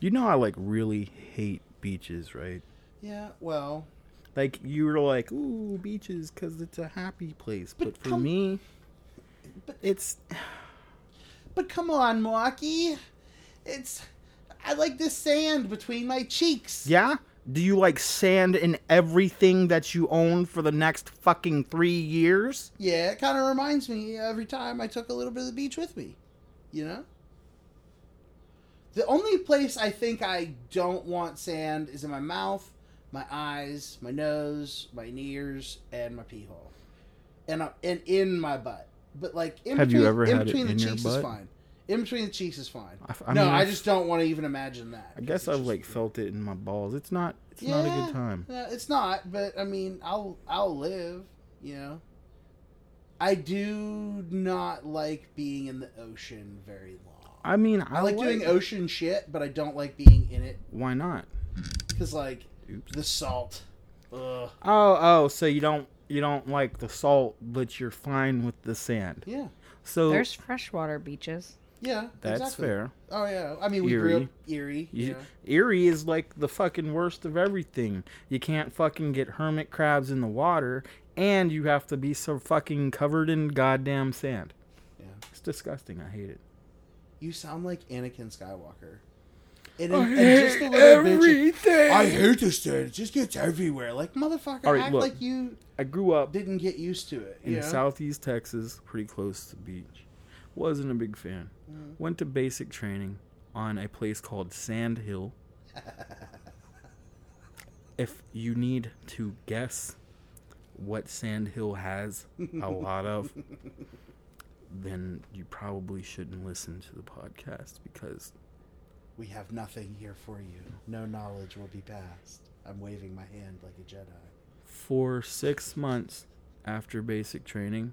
You know, I like really hate beaches, right? Yeah, well, Like you were like, "Ooh, beaches, because it's a happy place." But, But for come- me, it's but come on, Milwaukee. It's I like this sand between my cheeks. yeah. Do you like sand in everything that you own for the next fucking three years? Yeah, it kind of reminds me every time I took a little bit of the beach with me. You know? The only place I think I don't want sand is in my mouth, my eyes, my nose, my ears, and my pee hole. And I, and in my butt. But like in Have you between, ever in had it between in the your cheeks butt? is fine. In between the cheeks is fine. I f- I no, mean, I I've- just don't want to even imagine that. I guess It's I've just- like felt it in my balls. It's not. It's not a Yeah. good time. no, it's not, but I mean, I'll I'll live, you know. I do not like being in the ocean very long. I mean, I, I, like, doing ocean shit, but I don't like being in it Why not? cuz like Oops. the salt. Ugh. Oh, oh, so you don't you don't like the salt, but you're fine with the sand. Yeah. So There's freshwater beaches. Yeah. that's exactly. fair. Oh yeah. I mean, we grew Eerie. up eerie, You, yeah. Erie is like the fucking worst of everything. You can't fucking get hermit crabs in the water, and you have to be so fucking covered in goddamn sand. Yeah. It's disgusting. I hate it. You sound like Anakin Skywalker. And, I and hate just a little bitch. everything. I hate this sand. It just gets everywhere. Like motherfucker, All right, act look. like you I grew up didn't get used to it. in you know? southeast Texas, pretty close to the beach. Wasn't a big fan. Mhm. Went to basic training on a place called Sand Hill. if you need to guess what Sand Hill has a lot of, then you probably shouldn't listen to the podcast because We have nothing here for you. No knowledge will be passed. I'm waving my hand like a Jedi. for six months after basic training,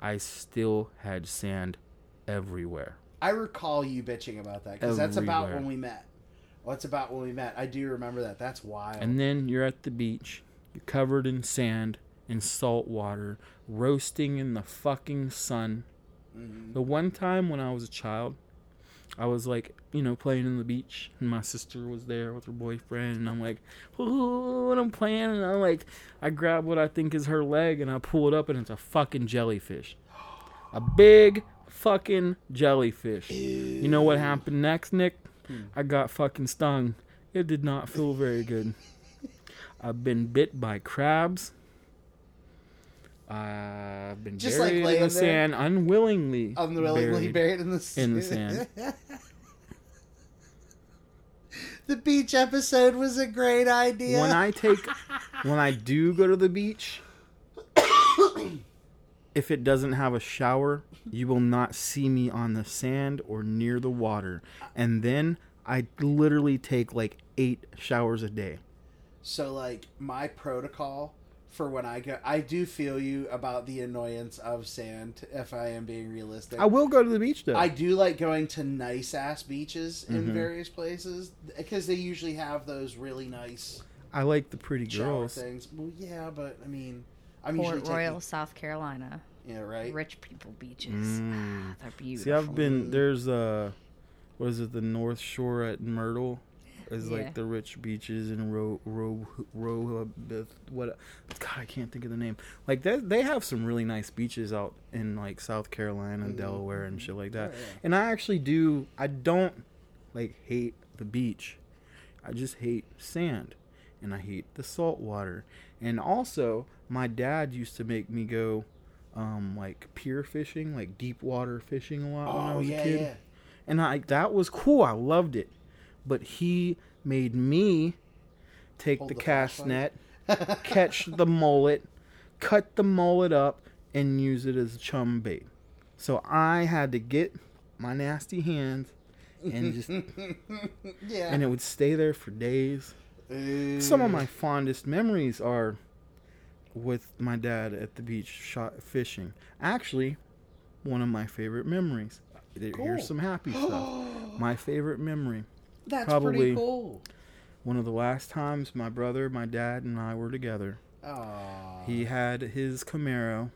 I still had sand everywhere. I recall you bitching about that because that's about Everywhere. when we met. Well, that's about when we met. I do remember that. That's wild. And then you're at the beach, you're covered in sand and salt water, roasting in the fucking sun. Mhm. The one time when I was a child, I was like, you know, playing in the beach, and my sister was there with her boyfriend, and I'm like, ooh, and I'm playing, and I'm like, I grab what I think is her leg, and I pull it up, and it's a fucking jellyfish. A big fucking jellyfish. You know what happened next, Nick? Hmm. I got fucking stung. It did not feel very good. I've been bit by crabs. I've been Just, like, buried in laying the there? sand unwillingly. Unwillingly buried. buried in the sand. in the sand. the beach episode was a great idea. When I take, when I do go to the beach, if it doesn't have a shower, you will not see me on the sand or near the water. And then I literally take like eight showers a day. So like my protocol for when I go, I do feel you about the annoyance of sand. If I am being realistic, I will go to the beach though. I do like going to nice ass beaches Mm-hmm. in various places because they usually have those really nice I like the pretty shower girls. things. Well, yeah, but I mean, I'm usually Port taking, Royal, South Carolina. Yeah, right. Rich people beaches. Mm. Ah, They're beautiful. See, I've Mm. been there's uh, what is it? The North Shore at Myrtle is Yeah. like the rich beaches and row row row what? God, I can't think of the name. Like that, they have some really nice beaches out in like South Carolina, Mhm. Delaware, and shit like that. Oh, yeah. And I actually do. I don't like hate the beach. I just hate sand, and I hate the salt water. And also, my dad used to make me go. Um, like pier fishing, like deep water fishing a lot when I Oh was yeah, a kid yeah. and I that was cool. I loved it, but he made me take Hold the, the cast flashlight. net, catch the mullet, cut the mullet up, and use it as chum bait. So I had to get my nasty hands, and just yeah. and it would stay there for days. Ooh. Some of my fondest memories are with my dad at the beach shot fishing. Actually, one of my favorite memories. There- Here's Cool. some happy stuff. My favorite memory. That's probably- pretty cool. One of the last times my brother, my dad, and I were together. Aww. He had his Camaro.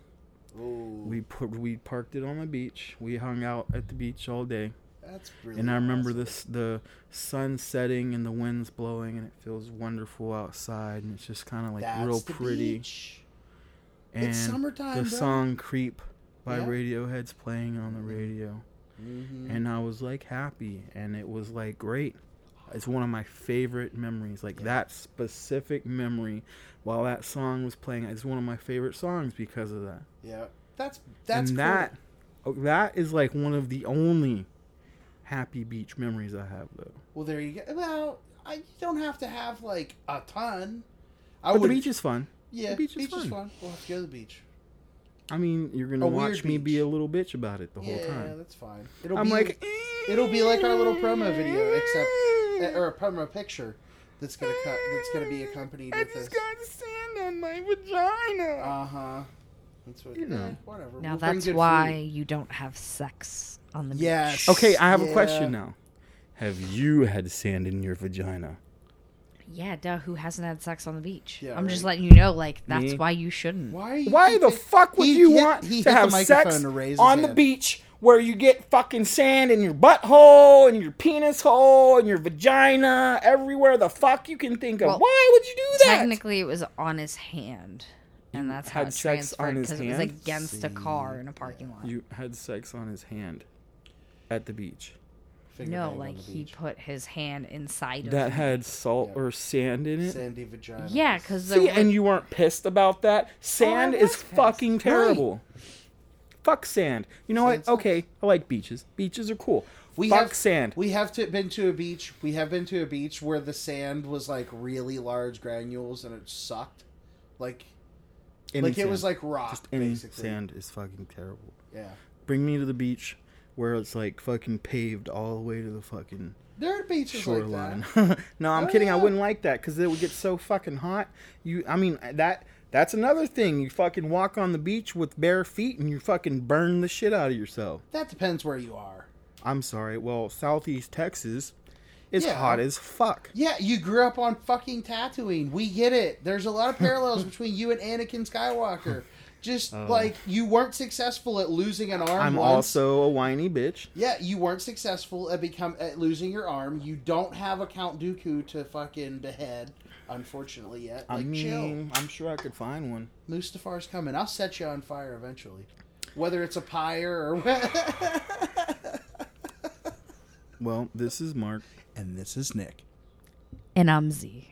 Ooh. We put we parked it on the beach. We hung out at the beach all day. That's really and I remember awesome. this the sun setting and the winds blowing and it feels wonderful outside and it's just kind of like That's real the pretty beach. and it's summertime. the bro. song Creep by Yeah. Radiohead's playing on the Mhm. radio Mhm. and I was like happy and it was like great. It's one of my favorite memories. Like Yeah. that specific memory while that song was playing is one of my favorite songs because of that. yeah, that's that's and cool. that oh, that is like one of the only happy beach memories I have though. Well, there you go. Well, I you don't have to have like a ton. I But the would. beach is fun. yeah, the beach is fun. We'll have to go to the beach. I mean, you're gonna A weird watch me be beach. a little bitch about it the yeah, whole time. that's fine. It'll I'm be like, it'll be like our little promo video, except- "Eh, eh, or a promo picture that's gonna co- that's gonna be accompanied I with just this. got sand on my vagina. Uh huh. That's what. You know. eh, whatever. Now We'll bring that's good why food. you don't have sex on the Yes. beach. okay, I have a Yeah. question now. Have you had sand in your vagina? Yeah, duh. Who hasn't had sex on the beach? Yeah, I'm just right. letting you know, like that's Me? why you shouldn't. Why? Are you Why the keeping- fuck would He you hit- want he to hit the have microphone sex to raise his on the hand. beach where you get fucking sand in your butthole and your penis hole and your vagina everywhere the fuck you can think of? Well, Why would you do that? Technically, it was on his hand, and that's how had it sex on transferred his because it was hand? against a car in a parking lot. You had sex on his hand at the beach. Finger no, bang on like the he beach. put his hand inside of That it. had salt Yeah. or sand in it. sandy vagina. yeah, because See, and you weren't pissed about that. Sand Oh, was is pissed. fucking terrible. Fuck sand. You know Sand's what? Okay, I like beaches. Beaches are cool. We Fuck have sand. We have to, been to a beach. We have been to a beach where the sand was like really large granules and it sucked. Like Any like it sand. was like rock just any basically. sand is fucking terrible. Yeah. Bring me to the beach where it's like fucking paved all the way to the fucking There are beaches shoreline. like that. no, I'm Oh, kidding. I yeah. wouldn't like that because it would get so fucking hot. You, I mean that. That's another thing. You fucking walk on the beach with bare feet and you fucking burn the shit out of yourself. That depends where you are. I'm sorry. Well, Southeast Texas is Yeah. hot as fuck. Yeah, you grew up on fucking Tatooine. We get it. There's a lot of parallels between you and Anakin Skywalker. Just Oh. like you weren't successful at losing an arm. I'm once. also a whiny bitch. Yeah, you weren't successful at become at losing your arm. You don't have a Count Dooku to fucking behead, unfortunately yet. Like I chill. mean, I'm sure I could find one. Mustafar's coming. I'll set you on fire eventually. Whether it's a pyre or what. Well, this is Mark. and this is Nick. and Umzi.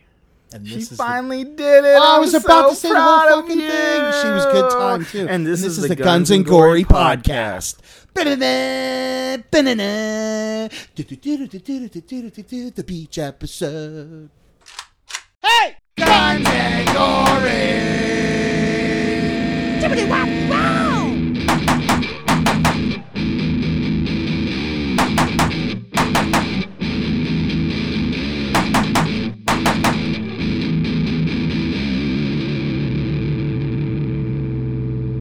And She finally did it. I I'm was about so to say the proud whole of fucking you. thing. She was good time too. And this, is, the Guns and Gory podcast. Ba-da-da, ba-da-da, do-do-do-do-do-do-do-do-do-do, The beach episode. Hey, Guns and Gory.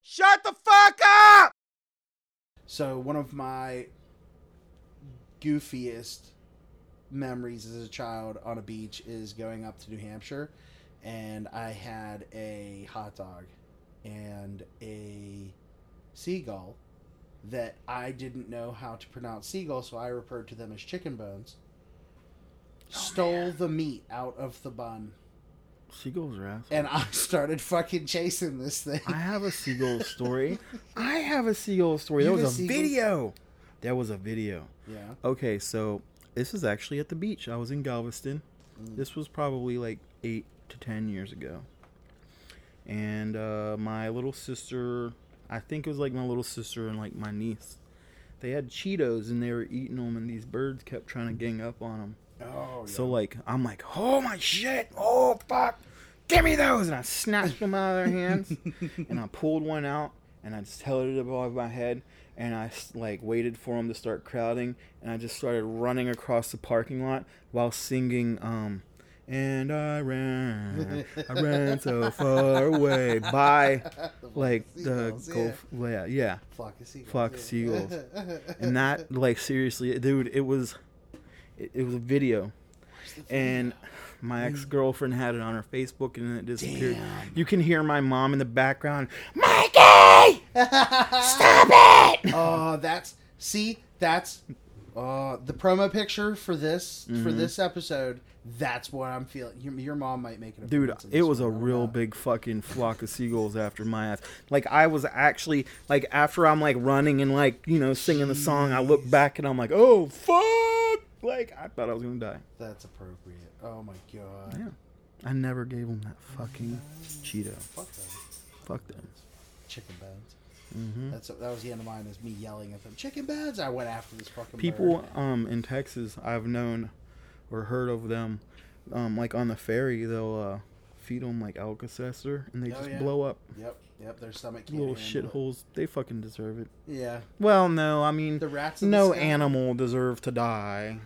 Shut the fuck up! So one of my goofiest memories as a child on a beach is going up to New Hampshire, and I had a hot dog and a seagull that I didn't know how to pronounce seagull, so I referred to them as chicken bones. Stole the meat out of the bun, Seagulls are assholes. and I started fucking chasing this thing. I have a seagull story. I have a seagull story. You There have a was a seagull- video. There was a video. Yeah, Okay, so this is actually at the beach. I was in Galveston. This was probably like eight to ten years ago. And uh, my little sister, I think it was like my little sister and like my niece, they had Cheetos and they were eating them, and these birds kept trying to gang up on them. oh yeah. So like I'm like, oh my shit, oh fuck, give me those, and I snatched them out of their hands, and I pulled one out, and I just held it above my head, and I s- like waited for them to start crowding, and I just started running across the parking lot while singing, um, and I ran, I ran so far away by like the Seagulls, yeah. Gulf, yeah, yeah, flock of seagulls. Flock of seagulls. and that like seriously, dude, it was, it, it was a video and my ex-girlfriend had it on her Facebook and then it disappeared. Mm. Damn. You can hear my mom in the background, Mikey, stop it! Oh, Uh, that's see, that's Uh, the promo picture for this for Mhm. this episode. That's what I'm feeling. Your, your mom might make it. Dude, it was a real big fucking flock of seagulls after my ass. Like I was actually like after I'm like running and like, you know, singing the song, I look back and I'm like, "Oh fuck." Like I thought I was going to die. That's appropriate. Oh my god. Yeah. I never gave them that fucking Cheeto. Fuck them. Fuck them. Chicken bones. Mm-hmm. That's that was the end of mine. Is me yelling at them. Chicken bones. I went after this fucking People bird. um in Texas I've known or heard of them um like on the ferry they'll uh feed them like Alka-Seltzer and they Oh, just yeah. blow up Yep. Yep. Their stomach. Can't little handle it. shitholes. They fucking deserve it. Yeah. Well, no, I mean The rats. in the No sky. animal deserve to die.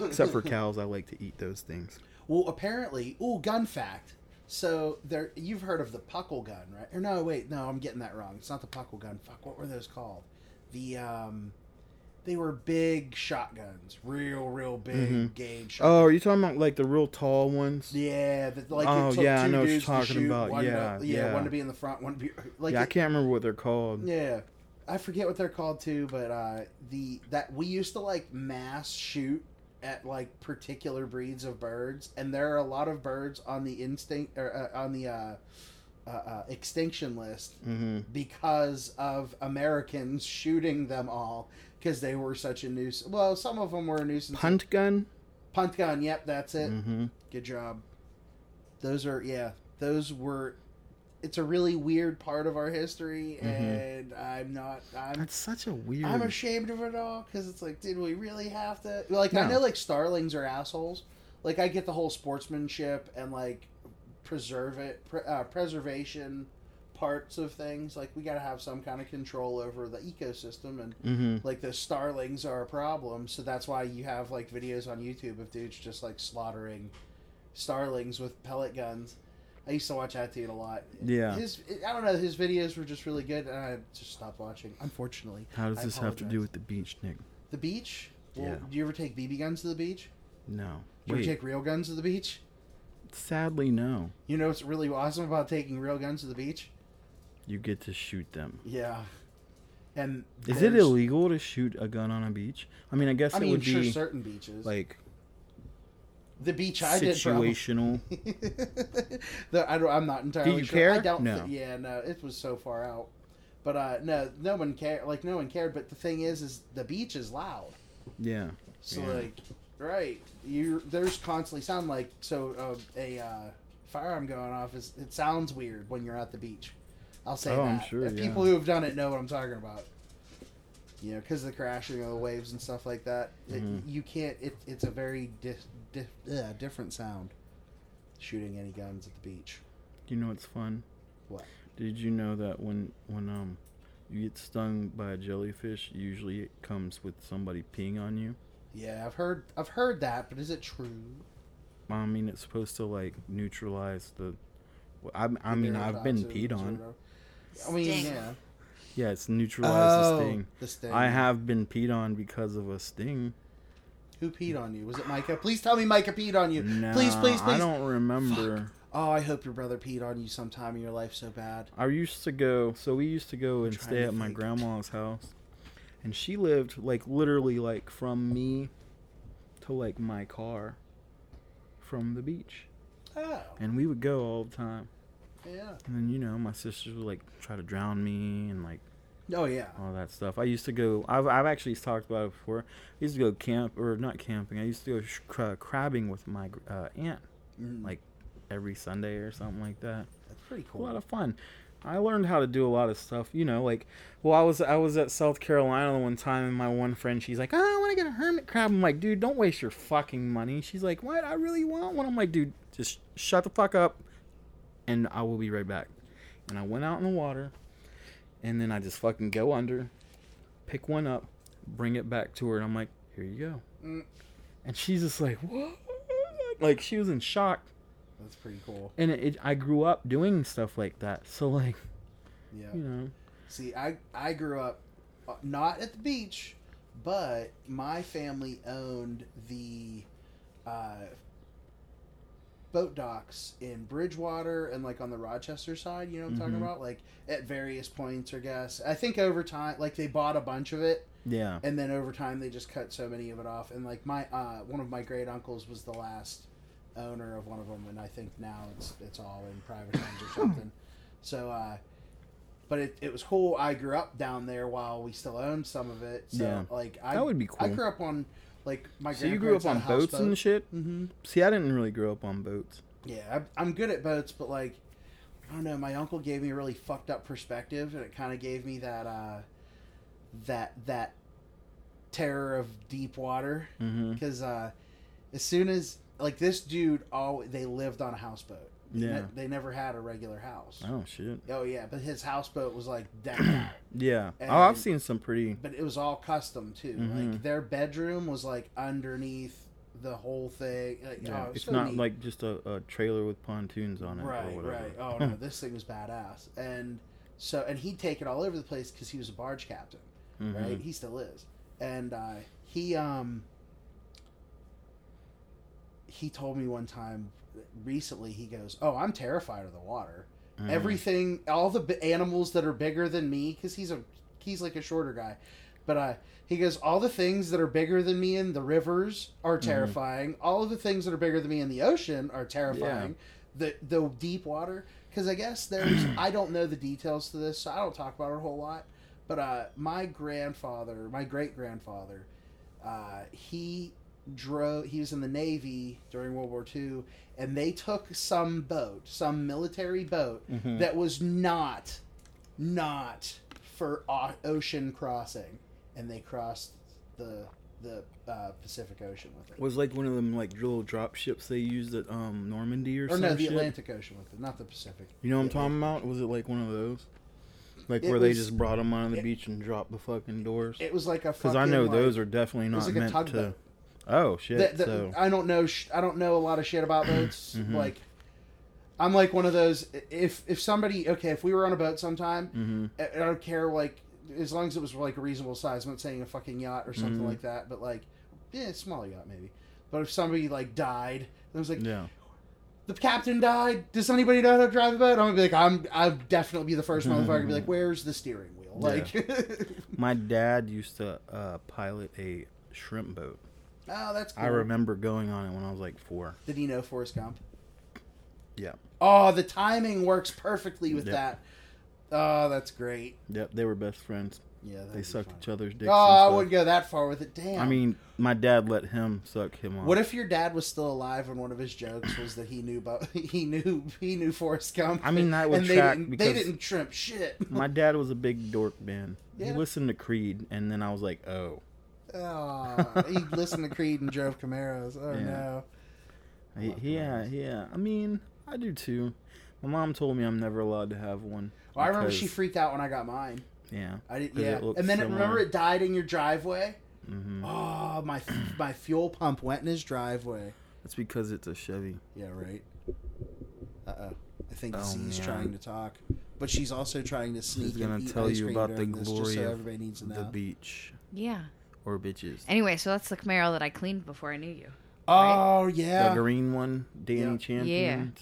Except for cows, I like to eat those things. Well, apparently, ooh, gun fact. So there, you've heard of the puckle gun, right? Or no, wait, no, I'm getting that wrong. It's not the puckle gun. Fuck, what were those called? The um, they were big shotguns, real, real big Mhm. gauge. Oh, Shotguns. are you talking about like the real tall ones? yeah, that like Oh, it took yeah, I two know what you're dudes talking to shoot, about. One Yeah, to, yeah, yeah. one to be in the front, one to be like yeah, I it- can't remember what they're called. yeah. I forget what they're called too, but uh, the that we used to like mass shoot at like particular breeds of birds, and there are a lot of birds on the instinct or uh, on the uh, uh, uh, extinction list Mm-hmm. because of Americans shooting them all because they were such a nuisance. Well, some of them were a nuisance. Punt gun. Punt gun. Yep, that's it. Mm-hmm. Good job. Those are yeah. Those were. It's a really weird part of our history, Mhm. and I'm not. I'm That's such a weird. I'm ashamed of it all because it's like, did we really have to? Like, I No. know like starlings are assholes. Like, I get the whole sportsmanship and like preserve it, pre- uh, preservation parts of things. Like, we got to have some kind of control over the ecosystem, and mm-hmm. like the starlings are a problem. So that's why you have like videos on YouTube of dudes just like slaughtering starlings with pellet guns. I used to watch that dude a lot. Yeah. his I don't know his videos were just really good, and I just stopped watching. Unfortunately. How does I this have to do apologize. with the beach, Nick? The beach? Well, Yeah. Do you ever take BB guns to the beach? No. Do you Wait. ever take real guns to the beach? Sadly, no. You know what's really awesome about taking real guns to the beach? You get to shoot them. Yeah. And Is it there's- illegal to shoot a gun on a beach? I mean, I guess I it mean, would sure, be certain beaches. like the beach I did. Probably. situational. the, I don't, I'm not entirely you sure. I care? don't. No. thi- yeah, no, it was so far out. But uh, no, no one cared. Like no one cared. But the thing is, is the beach is loud. yeah. So Yeah. like, right? You there's constantly sound like so uh, a uh, firearm going off is it sounds weird when you're at the beach. I'll say Oh, that. I'm sure, If yeah. People who have done it know what I'm talking about. You know, because of the crashing of the waves and stuff like that, it, Mhm. you can't. It, it's a very dif- dif- uh, different sound. Shooting any guns at the beach. You know what's fun? What? Did you know that when when um you get stung by a jellyfish, usually it comes with somebody peeing on you? Yeah, I've heard. I've heard that, but is it true? I mean, it's supposed to like neutralize the. well, I, I mean, I've been Neurotoxins peed or on. whatever. I mean, Stink. yeah. Oh, Yeah, it's neutralized the sting. the sting. I have been peed on because of a sting. Who peed on you? Was it Micah? Please tell me Micah peed on you. No, please, please, please. I don't remember. Oh, I hope your brother peed on you sometime in your life so bad. I used to go. So we used to go and trying stay to at my think. grandma's house, and she lived like literally like from me to like my car from the beach, Oh, and we would go all the time. yeah. And then you know, my sisters would like try to drown me and like Oh, yeah. all that stuff. I used to go. I've I've actually talked about it before. I used to go camp or not camping. I used to go sh- cra- crabbing with my gr- uh, aunt Mm, like- every Sunday or something like that. that's pretty A lot cool. of fun. I learned how to do a lot of stuff, you know, like well I was I was at South Carolina one time and my one friend she's like, oh, I wanna get a hermit crab. I'm like, dude, don't waste your fucking money. She's like, What? I really want one. I'm like, dude, just shut the fuck up and I will be right back. And I went out in the water and then I just fucking go under, pick one up, bring it back to her, and I'm like, Here you go. Mm. And she's just like, What? Like she was in shock That's pretty cool. and it, it, I grew up doing stuff like that. So like, Yeah. you know, See, I I grew up uh, not at the beach, but my family owned the uh, boat docks in Bridgewater and like on the Rochester side. You know what I'm Mhm. talking about? Like at various points, I guess. I think over time, like they bought a bunch of it Yeah. and then over time they just cut so many of it off and like my uh, one of my great uncles was the last owner of one of them and i think now it's it's all in private hands or something so uh but it, it was cool i grew up down there while we still owned some of it so Yeah. like I, That would be i cool. grew up on like my So you grew up on boats and shit. mm-hmm. See, I didn't really grow up on boats. yeah I, i'm good at boats but like i don't know my uncle gave me a really fucked up perspective and it kind of gave me that uh that that terror of deep water Mm-hmm. because uh, as soon as like this dude, all they lived on a houseboat. They ne- Yeah. they never had a regular house. Oh shit. Oh yeah, but his houseboat was like decked out, Yeah. And- oh, I've seen some pretty. but it was all custom too. Mhm. Like their bedroom was like underneath the whole thing. Like, Yeah. oh, it was it's so not neat. like just a, a trailer with pontoons on it. right, or whatever. right. Oh no, this thing was badass. And so, and he'd take it all over the place because he was a barge captain. Mhm. right? He still is, and uh, he um he told me one time recently. He goes, "Oh, I'm terrified of the water. Mhm. Everything, all the b- animals that are bigger than me, because he's a he's like a shorter guy, but uh." He goes, all the things that are bigger than me in the rivers are terrifying. All of the things that are bigger than me in the ocean are terrifying. The the deep water, because I guess there's I don't know the details to this, so I don't talk about it a whole lot. But uh, my grandfather, my great grandfather, uh, he drove. He was in the Navy during World War II, and they took some boat, some military boat Mhm. that was not, not for o- ocean crossing, and they crossed the the uh, Pacific Ocean with it. was like one of them like little drop ships they used at um Normandy or, Or some no, the shit. Atlantic Ocean with it, not the Pacific. You know what I'm talking about? Was it like one of those? Like It where they was- just brought them onto the it- beach and dropped the fucking doors? It was like a Because I fucking, know like- those are definitely it not was like a meant to. tugboat. Oh shit! that, that- so Mm-hmm. I don't know. Sh- I don't know a lot of shit about boats. Like, I'm like one of those. If if somebody okay, if we were on a boat sometime, Mhm. I, I don't care. Like, as long as it was like a reasonable size. I'm not saying a fucking yacht or something Mhm. like that, but like, yeah, small yacht maybe. But if somebody like died, I was like, yeah, the captain died. Does anybody know how to drive a boat? I'm gonna be like, I'm. I'll definitely be the first motherfucker to be like, where's the steering wheel? Like, my dad used to uh, pilot a shrimp boat. oh, that's. Cool. I remember going on it when I was like four. Did he know Forrest Gump? Yeah. Oh, the timing works perfectly with Yep. that. Oh, that's great. Yep, they were best friends. Yeah, that'd They be sucked fun. each other's dicks. Oh, I and wouldn't stuff. go that far with it. Damn. I mean, uh, my dad let him suck him off. what if your dad was still alive and one of his jokes was that he knew about he knew he knew Forrest Gump? I mean, that would and they track didn't, they because- didn't trimp shit. my dad was a big dork man? He Yeah. listened to Creed, and then I was like, oh, Oh, he listened to Creed and drove Camaros. Oh Yeah. no. He- love yeah, Camaros. yeah. I mean, I do too. My mom told me I'm never allowed to have one. Well, I remember she because- freaked out when I got mine. yeah. I didn't. 'Cause it Yeah, looks and then it, remember similar. it died in your driveway. hmm Oh, my my fuel pump went in his driveway. That's because it's a Chevy. Yeah, right. Uh oh. I think Oh, Z's man. trying to talk, but she's also trying to sneak. She's gonna and eat tell ice you cream about the during this, just glory so of everybody needs to know. The beach Yeah. or bitches. Anyway, so that's the Camaro that I cleaned before I knew you. oh The yeah, green one, Danny Yeah. Champion.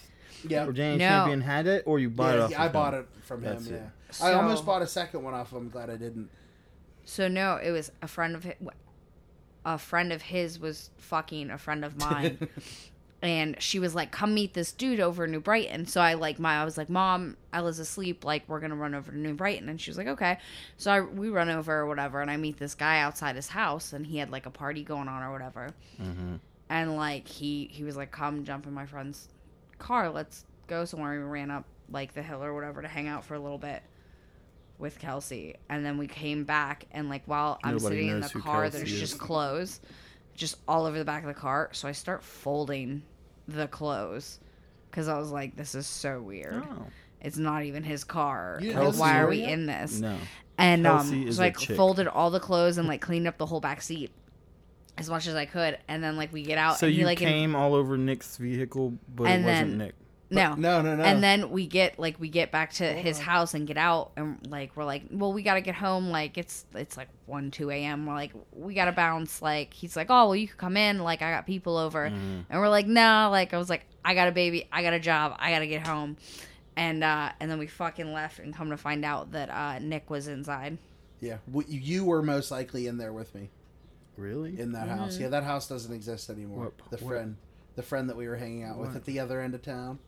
yeah. Or Danny No. Champion had it, or you bought yeah, it. Off yeah, I of bought him? it from That's him. it. Yeah, I almost So- bought a second one off. him. I'm glad I didn't. So no, it was a friend of his, a friend of his was fucking a friend of mine, and she was like, "Come meet this dude over in New Brighton." So I like my I was like, "Mom, Ella's asleep. Like we're gonna run over to New Brighton," and she was like, "Okay." So I we run over or whatever, and I meet this guy outside his house, and he had like a party going on or whatever, Mhm. and like he he was like, "Come jump in my friend's car. Let's go somewhere." We ran up like the hill or whatever to hang out for a little bit with Kelsey, and then we came back, and like while I'm Nobody sitting in the knows who car, Kelsey there's is. just clothes, just all over the back of the car. So I start folding the clothes because I was like, "This is so weird. Oh. It's not even his car. You Like, didn't why know are this we yet? in this?" No. And Kelsey um, is so a I chick. folded all the clothes and like cleaned up the whole back seat as much as I could, and then like we get out So and you he like in- came all over Nick's vehicle, but And it wasn't then- Nick. no No, no, no. and then we get like we get back to his house and get out and like we're like well we gotta get home like it's it's like 1 2 a.m we're like we gotta bounce like he's like oh well you could come in like i got people over Mm. Mm-hmm. and we're like no like i was like i got a baby i got a job i gotta get home and uh and then we fucking left and come to find out that uh nick was inside Yeah, W- you were most likely in there with me Really? in that house. Mm-hmm. Yeah, that house doesn't exist anymore. What- the what- friend, the friend that we were hanging out with What? at the other end of town.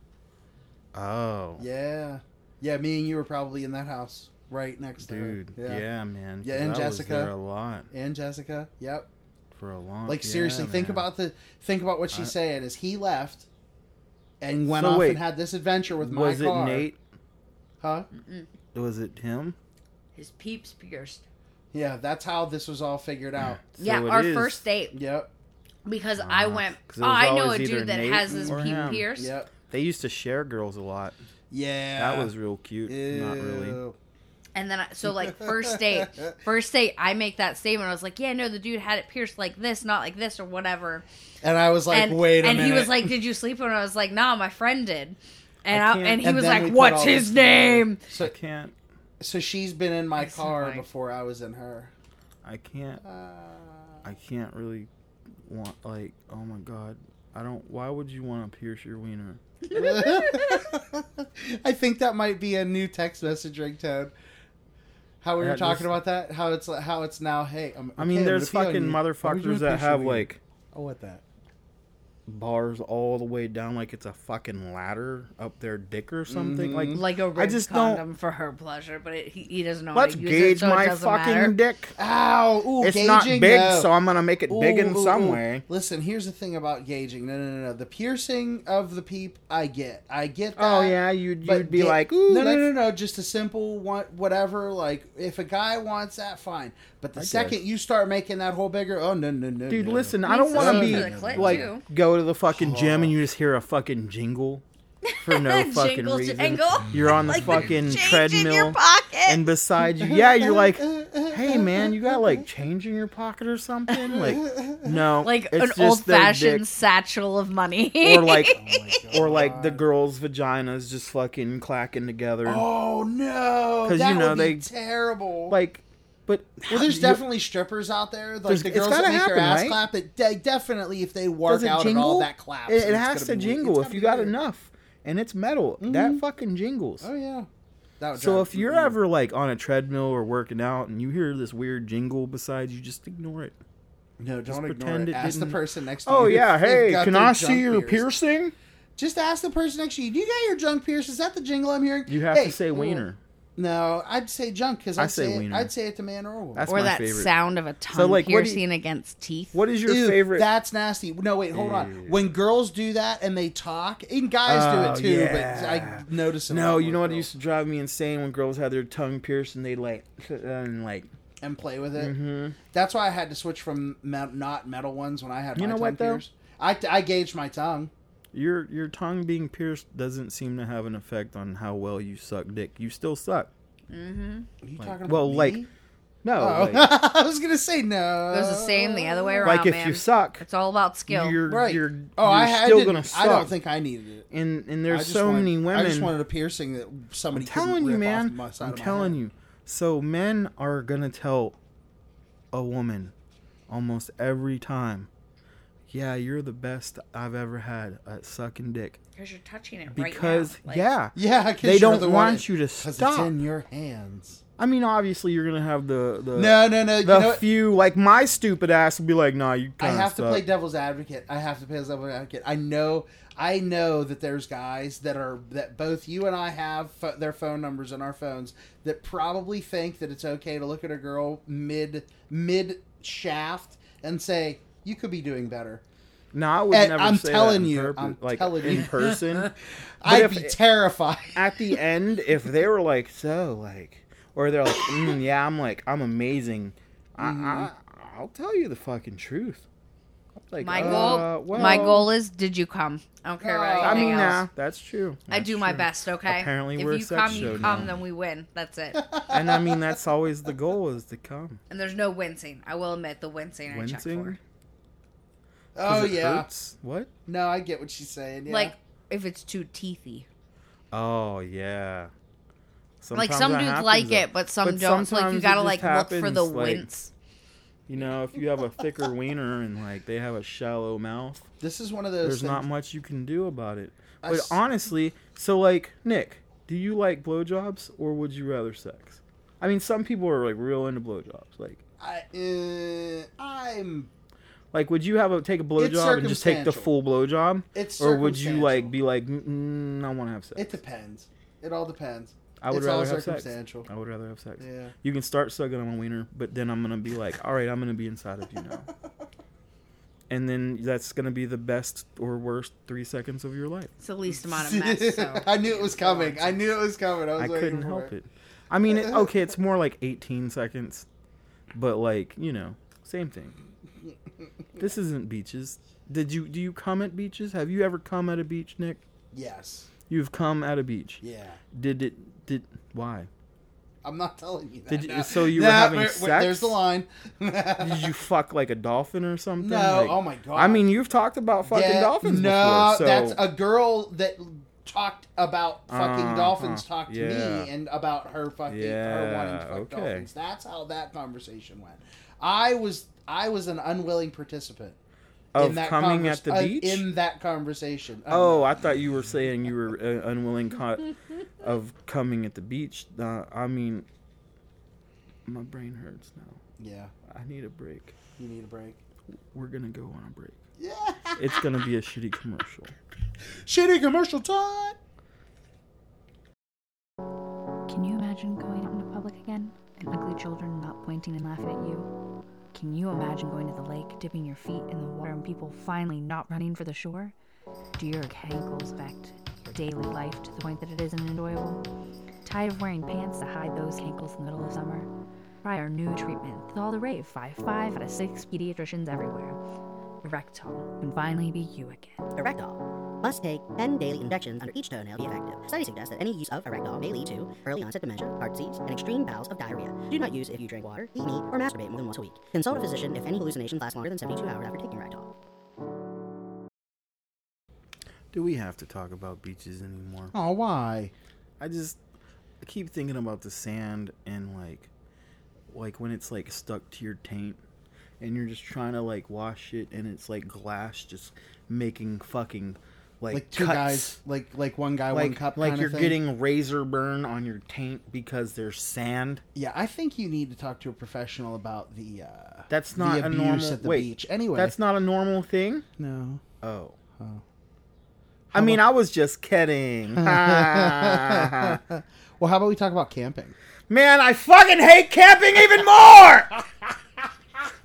oh, Yeah, yeah. Me and you were probably in that house right next dude. to her. Yeah. man. Yeah, 'cause and I Jessica. was there a lot And Jessica. Yep. for a long. Like seriously, think about the think about what she's I- saying. Is he left and went So off wait, and had this adventure with my Was it car? Nate? Huh? Was it him? His peeps pierced. Yeah, that's how this was all figured out. yeah, So it our is. first date Yep. because I Ah, went. 'cause it Oh, was I know a always either dude that Nate has his or peep him." pierced. Yep. They used to share girls a lot. Yeah. That was real cute. Not really. Ew. And then, I, so like first date, first date, I make that statement. I was like, yeah, no, the dude had it pierced like this, not like this or whatever. And I was like, and wait a and minute. he was like, did you sleep? with him?" And I was like, nah, my friend did. And I can't- and he And was then we like, put all what's this his together. name? I So, can't. so she's been in my I said, car like- before I was in her. I can't. Uh, I can't really want like oh my god. I don't why would you want to pierce your wiener? I think that might be a new text message ringtone. How we were Yeah, talking just- about that? How it's like, how it's now? Hey, I'm, I mean okay, I'm there's gonna pee on fucking you. Why would you motherfuckers wanna that piss on have me? like oh what that? bars all the way down like it's a fucking ladder up their dick or something. Mhm. Like Like a I red just don't- condom for her pleasure, but it, he, he doesn't know let's how to use gauge it, so it my doesn't fucking matter. dick. Ow! Ooh, It's gauging, not big, no. so I'm gonna make it big Ooh, in ooh, some ooh. way. Listen, here's the thing about gauging. No, no, no, no. The piercing of the peep, I get. I get that. Oh yeah, you'd Uh, but you'd be ga- like, ooh, no, no, that's- no, no. Just a simple one, whatever. Like, if a guy wants that, fine. But the I second you start making that whole bigger, oh no, no, no. Dude, no, listen, no. I don't Makes want to sense be for the clit, like too. go to the fucking gym Oh. and you just hear a fucking jingle for no fucking Jingle, reason. jangle. You're on the Like the fucking change in your treadmill pocket. and beside you, yeah, you're like, hey man, you got like change in your pocket or something? Like, no, like it's an just old their fashioned dick. satchel of money. or like, Oh my or like the God. girls' vaginas just fucking clacking together, Oh no, 'Cause, that you know, would be they- terrible. like. But well, there's you- definitely strippers out there, like There's- the it's girls that gotta make their happen, ass right? clap. It de- definitely, if they work Does it out and jingle? all that claps, It, it it's has to gonna be weird. jingle It's if gotta you be got weird. Mm-hmm. enough, and it's metal. That fucking jingles. Oh yeah, that would So drive- if you're Mm-mm. ever like on a treadmill or working out and you hear this weird jingle beside you, just ignore it. no, don't ignore pretend it. it Ask the didn't- person next to you. Oh if yeah, they've hey, got can their I junk see your pierced. piercing? Just ask the person next to you. Do you got your junk pierced? Is that the jingle I'm hearing? You have Hey, to say wiener. No, I'd say junk because I I'd say say, it, wiener. I'd say it to man or a woman. That's or my that favorite. sound of a tongue like, what do you- piercing against teeth. What is your Ew, favorite? That's nasty. No, wait, hold on. Ew. When girls do that and they talk, and guys Oh, do it too, but yeah. I notice it. a no, lot you more know what girls. used to drive me insane when girls had their tongue pierced and they like and like. and play with it. hmm That's why I had to switch from me- not metal ones when I had. You my know tongue what, though? pierced. I I gauged my tongue. Your your tongue being pierced doesn't seem to have an effect on how well you suck dick. You still suck. Are you Like- talking about well, me? like- No, Oh, like, I was gonna say no. It was the same the other way around. like if man. you suck, it's all about skill. you're Right. you're, Oh, I you're had. still I, gonna didn't- suck. I don't think I needed it. and and I there's just so wanted- many women. I just wanted a piercing that somebody. I'm telling couldn't you, rip off man. my side I'm of my telling head. you. So men are gonna tell a woman almost every time, "Yeah, you're the best I've ever had at sucking dick." because you're touching it right now. Because Like, yeah, Yeah, 'cause They you're don't the want one- you to 'cause It's stop. in your hands. I mean, obviously you're gonna have the the No, no, no. the You know what? few like my stupid ass will be like, "Nah, you." I Kinda have to suck." play devil's advocate. I have to play devil's advocate. I know, I know that there's guys that are that both you and I have pho- their phone numbers in our phones that probably think that it's okay to look at a girl mid mid shaft and say you could be doing better. No, I would And never. I'm say that telling in you, purpose- I'm like, telling in you. person. I'd if be it- terrified. at the end, if they were like, so, like, or they're like, mm, yeah, I'm like, I'm amazing, Mm-hmm. I, I, I'll tell you the fucking truth. Like, my uh, goal, well, my goal is, did you come? I don't care about No. I anything mean, else. nah, that's true. I That's do my true. best, okay? Apparently if we're a you sex come, show you now. come, then we win. That's it. And I mean, that's always the goal is to come. and there's no wincing. I will admit the wincing, I checked Wincing? for. 'Cause Oh it yeah. hurts. What? No, I get what she's saying. Yeah. Like if it's too teethy. Oh, yeah. like Sometimes some that dudes happens, like though. it, but some But don't. So, like sometimes you it gotta just like look for the happens, like- wince. You know, if you have a thicker wiener and, like, they have a shallow mouth, this is one of those. there's things. not much you can do about it. I But s- honestly, so like Nick, do you like blowjobs or would you rather sex? I mean, some people are like real into blowjobs. Like, I, uh, I'm. like would you have a take a blowjob and just take the circumstantial. full blowjob, It's or would you like circumstantial. be like, mm, I want to have sex? It depends. It all depends. I would it's all rather have sex. circumstantial. I would rather have sex. Yeah. You can start sucking on my wiener, but then I'm gonna be like, all right, I'm gonna be inside of you now, and then that's gonna be the best or worst three seconds of your life. It's the least amount of mess. So. I knew it was coming. I knew it was coming. I was I waiting couldn't for help it. I mean, it, okay, it's more like 18 seconds, but like you know, same thing. This isn't beaches. Did you do you come at beaches? Have you ever come at a beach, Nick? Yes. You've come at a beach. Yeah. Did it? Did why? I'm not telling you that. Did you- now. so you were Nah, having wait, wait, There's sex? the line. Did you fuck like a dolphin or something? No. Like- oh my god. I mean, you've talked about fucking That- dolphins No, before. So that's a girl that talked about fucking Uh, dolphins uh, talked yeah. to me and about her fucking her wanting to Yeah, fuck okay. dolphins. That's how that conversation went. I was I was an unwilling participant of coming convers- at the uh, beach. in that conversation. oh, I thought you were saying you were uh, unwilling co- of coming at the beach. Uh, I mean, my brain hurts now. yeah. I need a break. You need a break. We're gonna go on a break. Yeah. It's gonna be a shitty commercial. Shitty commercial time. Can you imagine going out into public again and ugly children not pointing and laughing at you? Can you imagine going to the lake, dipping your feet in the water, and people finally not running for the shore? Do your ankles affect your daily life to the point that it isn't enjoyable? Tired of wearing pants to hide those ankles in the middle of summer? Try our new treatment with all the rave, five, five out of six pediatricians everywhere. Erectol can finally be you again. Erectol. Must take 10 daily injections under each toenail to be effective. Studies suggest that any use of Erectol may lead to early onset dementia, heart disease, and extreme bouts of diarrhea. Do not use if you drink water, eat meat, or masturbate more than once a week. Consult a physician if any hallucinations last longer than 72 hours after taking Erectol. Do we have to talk about beaches anymore? Oh, why? I just I keep thinking about the sand and like like when it's like stuck to your taint and you're just trying to like wash it and it's like glass just making fucking like, Like two cuts. guys, like like one guy, like one cup. like kinda you're thing. getting razor burn on your taint because there's sand. Yeah, I think you need to talk to a professional about the. Uh, That's the not a abuse normal at the wait, beach. Anyway, That's not a normal thing. no. Oh. Oh. I mean, I was just kidding. Man, well, how about we talk about camping? I fucking hate camping even more.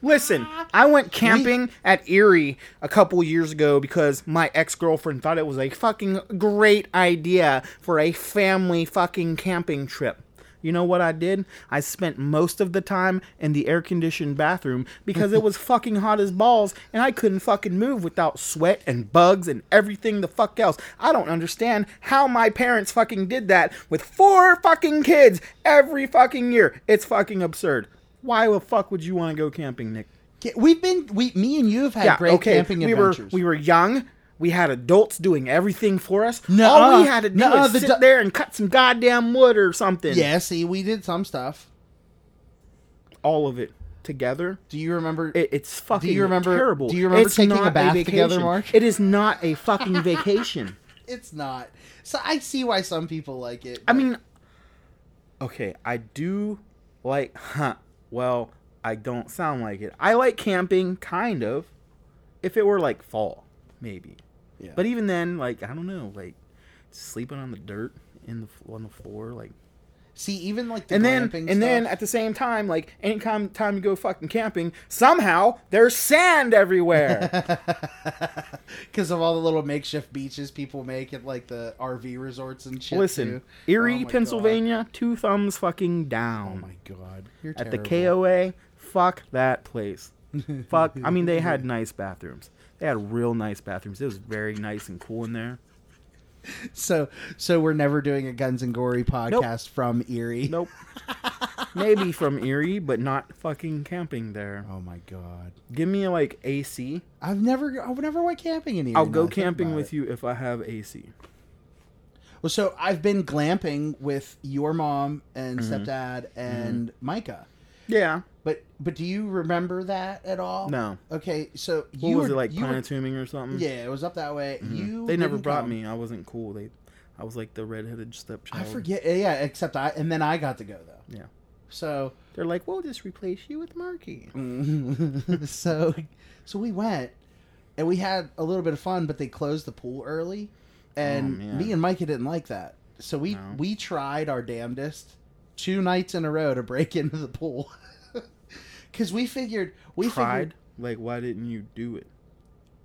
Listen, I went camping at Erie a couple years ago because my ex girlfriend thought it was a fucking great idea for a family fucking camping trip. You know what I did? I spent most of the time in the air conditioned bathroom because it was fucking hot as balls and I couldn't fucking move without sweat and bugs and everything the fuck else. I don't understand how my parents fucking did that with four fucking kids every fucking year. It's fucking absurd. Why the fuck would you want to go camping, Nick? Ca- We've been we me and you have had great camping we adventures. Were, we were young. We had adults doing everything for us. Nuh-uh. All we had to do Nuh-uh, was the sit du- there and cut some goddamn wood or something. yeah, see, we did some stuff. All of it together. Do you remember? It, it's fucking remember- terrible. do you remember It's taking a not bath vacation. together, Mark? It is not a fucking vacation. it's not. So I see why some people like it. I but- mean, okay, I do like, huh? Well, I don't sound like it. I like camping, kind of. If it were like fall, maybe. Yeah. But even then, like I don't know, like sleeping on the dirt in the f- on the floor, like see, even like the and then glamping and then stuff- at the same time, like anytime time you go fucking camping, somehow there's sand everywhere. because of all the little makeshift beaches people make at like the RV resorts and shit. Listen, too. Oh Erie, my God. Pennsylvania, two thumbs fucking down. Oh my god, you're at the terrible. KOA. Fuck that place. fuck. I mean, they had nice bathrooms. They had real nice bathrooms. It was very nice and cool in there. So, so we're never doing a Guns and Gory podcast from Erie. Nope. Maybe from Erie, but not fucking camping there. Oh my god, Give me like AC. I've never, I've never went camping in Erie. I'll now go that I think camping about with it. you if I have AC. Well, so I've been glamping with your mom and Mm-hmm. stepdad and Micah. Yeah. But but do you remember that at all? No. Okay, so What you was were, it like you were- Pontooming or something? yeah, it was up that way. You They never didn't brought come. me. I wasn't cool. They, I was like the redheaded stepchild. eh, I forget. Yeah, except I and then I got to go though. Yeah. So They're like, we'll just replace you with Marky. Mm. so so we went and we had a little bit of fun but they closed the pool early and Oh, man. me and micah didn't like that so we No. we tried our damnedest two nights in a row to break into the pool because we figured we figured Tried. Like, why didn't you do it?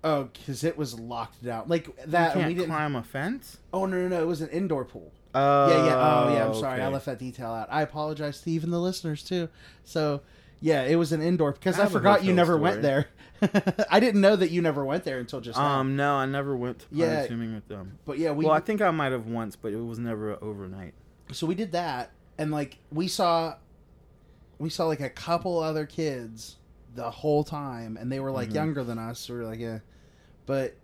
oh because it was locked down like You that and can't Uh, we didn't climb a fence. oh no no no it was an indoor pool Oh, yeah, yeah. Oh, yeah. I'm sorry. I okay. left that detail out. I apologize to even the listeners too. So, yeah, it was an indoor because I I, have a forgot Brookfield you never went there. I didn't know that you never went there until just now. Um, no, I never went to private Yeah. swimming with them. But yeah, we well, I think I might have once, but it was never overnight. so we did that, and like we saw, we saw like a couple other kids the whole time, and they were like Mhm. younger than us. So we were like, yeah, but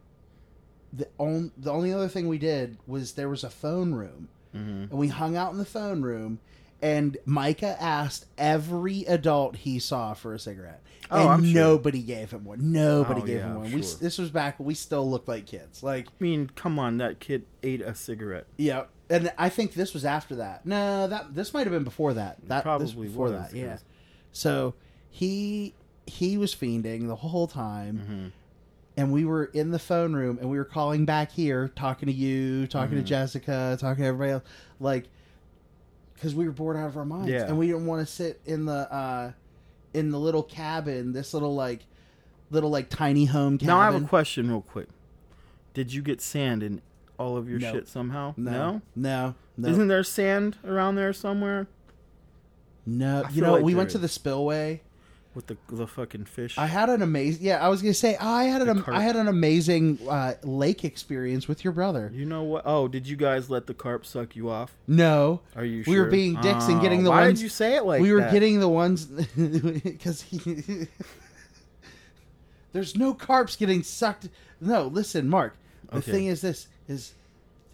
the on, the only other thing we did was there was a phone room. hmm and we hung out in the phone room and micah asked every adult he saw for a cigarette Oh, and I'm sure. nobody gave him one nobody Oh, gave yeah, him I'm one we, sure. this was back when we still looked like kids like I mean, come on, that kid ate a cigarette. yeah and i think this was after that no that this might have been before that that this was probably before was, that yeah 'cause- so he he was fiending the whole time hmm and we were in the phone room and we were calling back here, talking to you, talking Mm-hmm. to Jessica, talking to everybody else, like because we were bored out of our minds Yeah. and we didn't want to sit in the uh in the little cabin, this little like little like tiny home cabin. Now I have a question, real quick. Did you get sand in all of your No. shit somehow? No, no, no, Isn't there sand around there somewhere no. I You feel know, like we there went to is. the spillway. with the the fucking fish? I had an amazing. Yeah, I was gonna say I had an The am- cart. I had an amazing uh, lake experience with your brother. you know what? Oh, did you guys let the carp suck you off? No, Are you? We were sure? being dicks and getting Oh, the Why ones- did you say it like we were that? getting the ones because he there's no carbs getting sucked no listen mark the Okay. thing is this is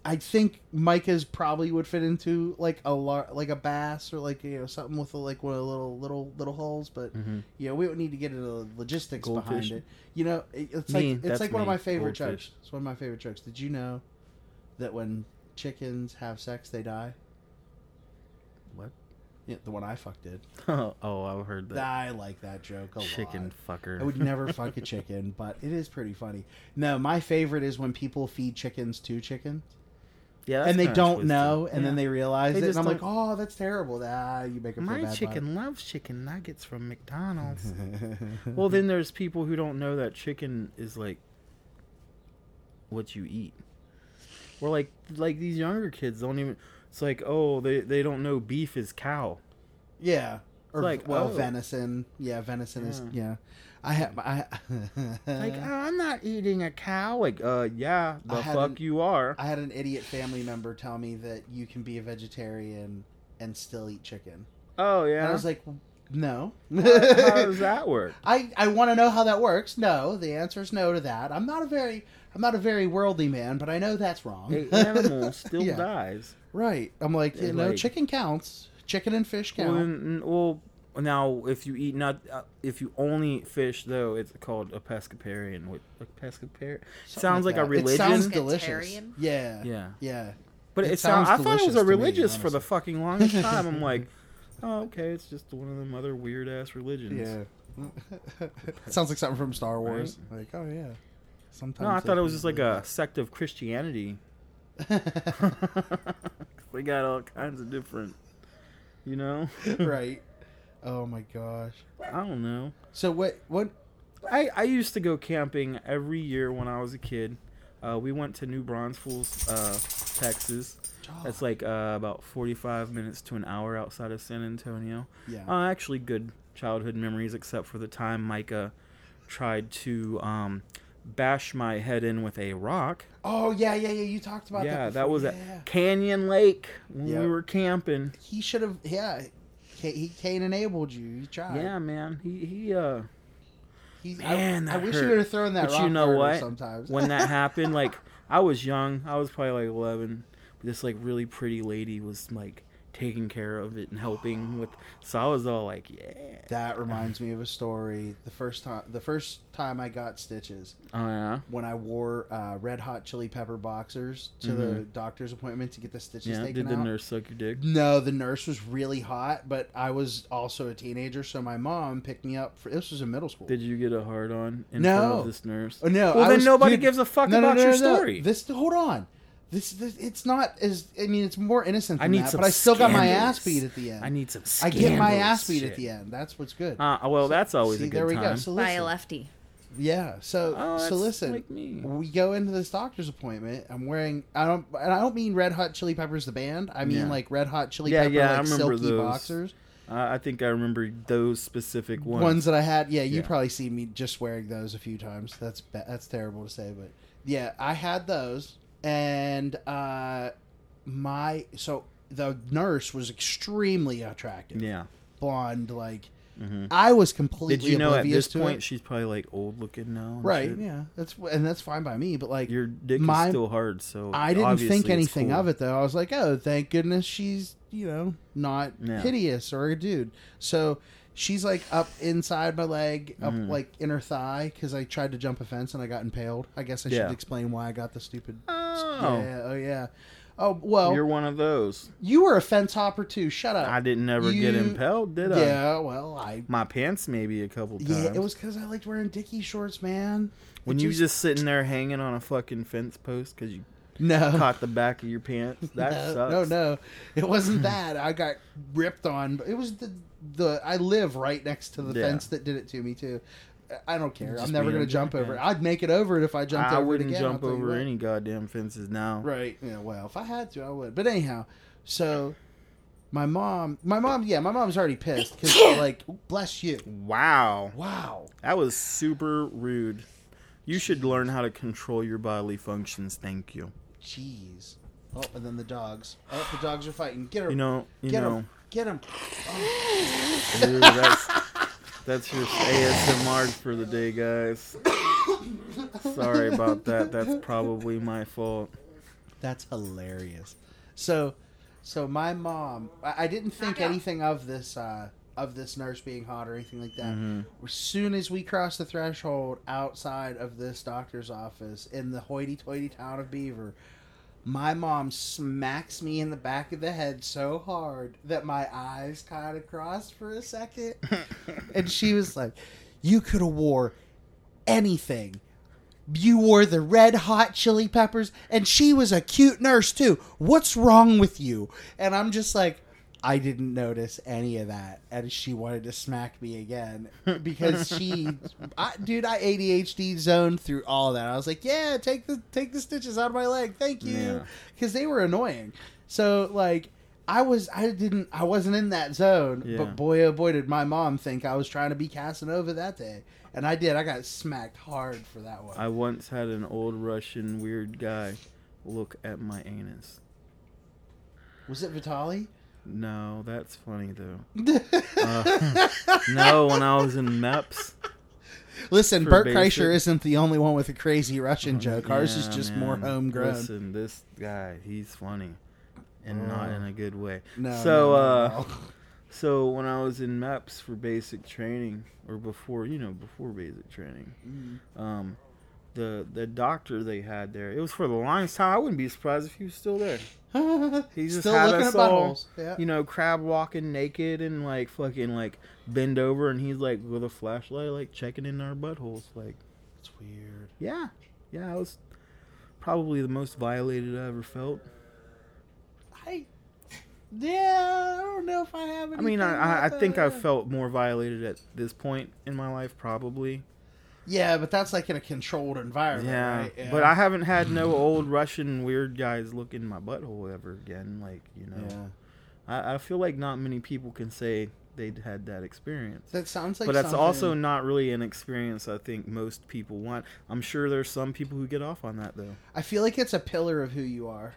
i think micah's probably would fit into like a lar- like a bass or like you know something with a, like one of the little little little holes but Mhm. yeah we don't need to get into the logistics Goldfish. behind it you know it, it's Me, like it's that's like one of me, my favorite goldfish. jokes it's one of my favorite jokes did you know that when chickens have sex they die What? yeah, the one i fucked did oh, I've heard that. I like that joke a Chicken lot. fucker. I would never fuck a chicken, but it is pretty funny. No, my favorite is when people feed chickens to chickens yeah, that's and they kinda don't twisted. know, and then Yeah. they realize They it, and just I'm like, don't- oh, that's terrible. Ah, you make them feel My bad chicken loves chicken nuggets from McDonald's. well, then there's people who don't know that chicken is like what you eat. Or like like these younger kids don't even. It's like oh they they don't know beef is cow. Yeah. Or like, well, oh. venison. Yeah, venison is Yeah. yeah. I have I Like oh, I'm not eating a cow. Like uh yeah the hadn't- fuck you are. I had an idiot family member tell me that you can be a vegetarian and still eat chicken. oh And yeah. I was like, no. how, how does that work? I, I want to know how that works. No, the answer is no to that. I'm not a very I'm not a very worldly man, but I know that's wrong. A animal still Yeah. dies. Right. I'm like, you It's know, like- chicken counts. Chicken and fish count. Well, n- n- well, now if you eat not uh, if you only eat fish though, it's called a pescatarian. What a pescatarian Something sounds like a that. It religion. sounds delicious. Pescatarian? Yeah. Yeah. Yeah. but it it, sounds. sounds I thought it was delicious to a me, religious for the honestly. fucking longest time. I'm like, oh okay, it's just one of them other weird ass religions. sounds like something from Star Wars. Like, oh yeah. Sometimes No, I they thought it can was just like really- a sect of Christianity. they got all kinds of different, you know. right. Oh my gosh. I don't know. So what what I, I used to go camping every year when I was a kid. Uh, we went to New Braunfels, uh, Texas. That's like uh, about 45 minutes to an hour outside of San Antonio. Yeah. Uh, actually, good childhood memories, except for the time Micah tried to um, bash my head in with a rock. oh yeah, yeah, yeah. You talked about yeah, that. that, before. was Yeah. at Canyon Lake when Yep. we were camping. he should have yeah Ca- he Cain enabled you he tried Yeah, man. He, he uh, He's, Man, I, that I wish hurt. you would have thrown that But rock you know harder what? sometimes when that happened, like I was young, I was probably like eleven. But this like really pretty lady was like taking care of it and helping with. So I was all like, yeah. That reminds me of a story. The first time, the first time I got stitches, Oh yeah. when I wore uh, Red Hot Chili Pepper boxers to the doctor's appointment to get the stitches Mm-hmm. yeah. taken Did the out. nurse suck your dick? No, the nurse was really hot, but I was also a teenager, so my mom picked me up for this was in middle school. Did you get a hard on in front No. of this nurse? Oh, no, Well, I then was- nobody dude, gives a fuck no, no, about no, your no, no. story. This hold on. This, this it's not as I mean it's more innocent than I need that, some. but I still got my scandalous- ass beat at the end. I need some. I get my scandalous ass beat at shit. the end. That's what's good. Ah, well, that's always See, a good there we time. go. So by a listen. lefty. Yeah. So Oh, so that's listen, like me. we go into this doctor's appointment. I'm wearing I don't and I don't mean Red Hot Chili Peppers the band. I mean Yeah. like Red Hot Chili Yeah, Pepper yeah, I like remember silky those boxers. I I think I remember those specific ones. Ones. that I had. Yeah, you Yeah. probably see me just wearing those a few times. That's ba- that's terrible to say, but yeah, I had those and uh my so the nurse was extremely attractive. yeah. Blonde like Mhm. I was completely Did you know at oblivious this to point it. she's probably like old looking now? and Right, shit? yeah. That's and that's fine by me, but like Your dick My- is still hard, so I didn't obviously think it's anything cool. of it though. I was like, oh, thank goodness she's you know not Yeah. hideous or a dude. So she's like up inside my leg, up Mm-hmm. like inner thigh, because I tried to jump a fence and I got impaled. I guess I Yeah. should explain why I got the stupid. Oh. yeah, oh yeah. Oh well, You're one of those. you were a fence hopper too. Shut up. I didn't ever get You- impelled, did I? Yeah, well, I. My pants maybe a couple times. Yeah, it was because I liked wearing dicky shorts, man. when It you just sitting there hanging on a fucking fence post because you no caught the back of your pants. That no, sucks. No, no, it wasn't that. I got ripped on. It was the the I live right next to the Yeah. fence that did it to me too. I don't care. Just I'm never being gonna a jump over. it. jackass. I'd make it over it if I jumped I over wouldn't it again. I'll jump tell you over what. any goddamn fences now. Right. Yeah. Well, if I had to, I would. But anyhow, so my mom, my mom, yeah, my mom's already pissed because like, bless you. Wow. Wow. That was super rude. You should learn how to control your bodily functions. Thank you. Jeez. Oh, and then the dogs. Oh, the dogs are fighting. Get her. You know, you Get know. him. Get him. Ooh, that's that's your ASMR for the day, guys. Sorry about that. That's probably my fault. That's hilarious. So, so my mom, I, I didn't think anything of this, uh, of this nurse being hot or anything like that. As soon as we crossed the threshold outside of this doctor's office in the hoity-toity town of Beaver, my mom smacks me in the back of the head so hard that my eyes kind of crossed for a second, and she was like, "You could have wore anything." you wore the red hot chili peppers and she was a cute nurse too what's wrong with you and i'm just like i didn't notice any of that and she wanted to smack me again because she I, dude i adhd zoned through all that i was like yeah take the take the stitches out of my leg thank you Yeah. because they were annoying so like i was i didn't i wasn't in that zone Yeah. but boy oh boy did my mom think i was trying to be casanova that day and i did i got smacked hard for that one I once had an old Russian weird guy look at my anus. Was it Vitali? No, that's funny though. Uh, no, when I was in MEPS, Listen, For Bert basic- Oh, Kreischer isn't the only one with a crazy Russian joke. Ours is Yeah, just more man. homegrown. Listen, this guy, he's funny, and not in a good way. Oh. No. so, no, uh, no, no. So when I was in MEPS for basic training, or before, you know, before basic training, Mm-hmm. um, the the doctor they had there, it was for the longest time. I wouldn't be surprised if he was still there. uh, He just Still had looking us at all, buttholes. Yeah. you know, crab walking naked and like fucking like bend over, and he's like with a flashlight, like checking in our buttholes. Like, it's weird. yeah, yeah, I was probably the most violated I ever felt. I. Yeah, I don't know if I have. I mean, anything I, I, I about think that. I've felt more violated at this point in my life, probably. Yeah, but that's like in a controlled environment. Yeah, right? but I haven't had no old Russian weird guys look in my butthole ever again. Like you know, Yeah. I, I feel like not many people can say they'd had that experience. That sounds like. but that's something- also not really an experience I think most people want. I'm sure there's some people who get off on that though. I feel like it's a pillar of who you are.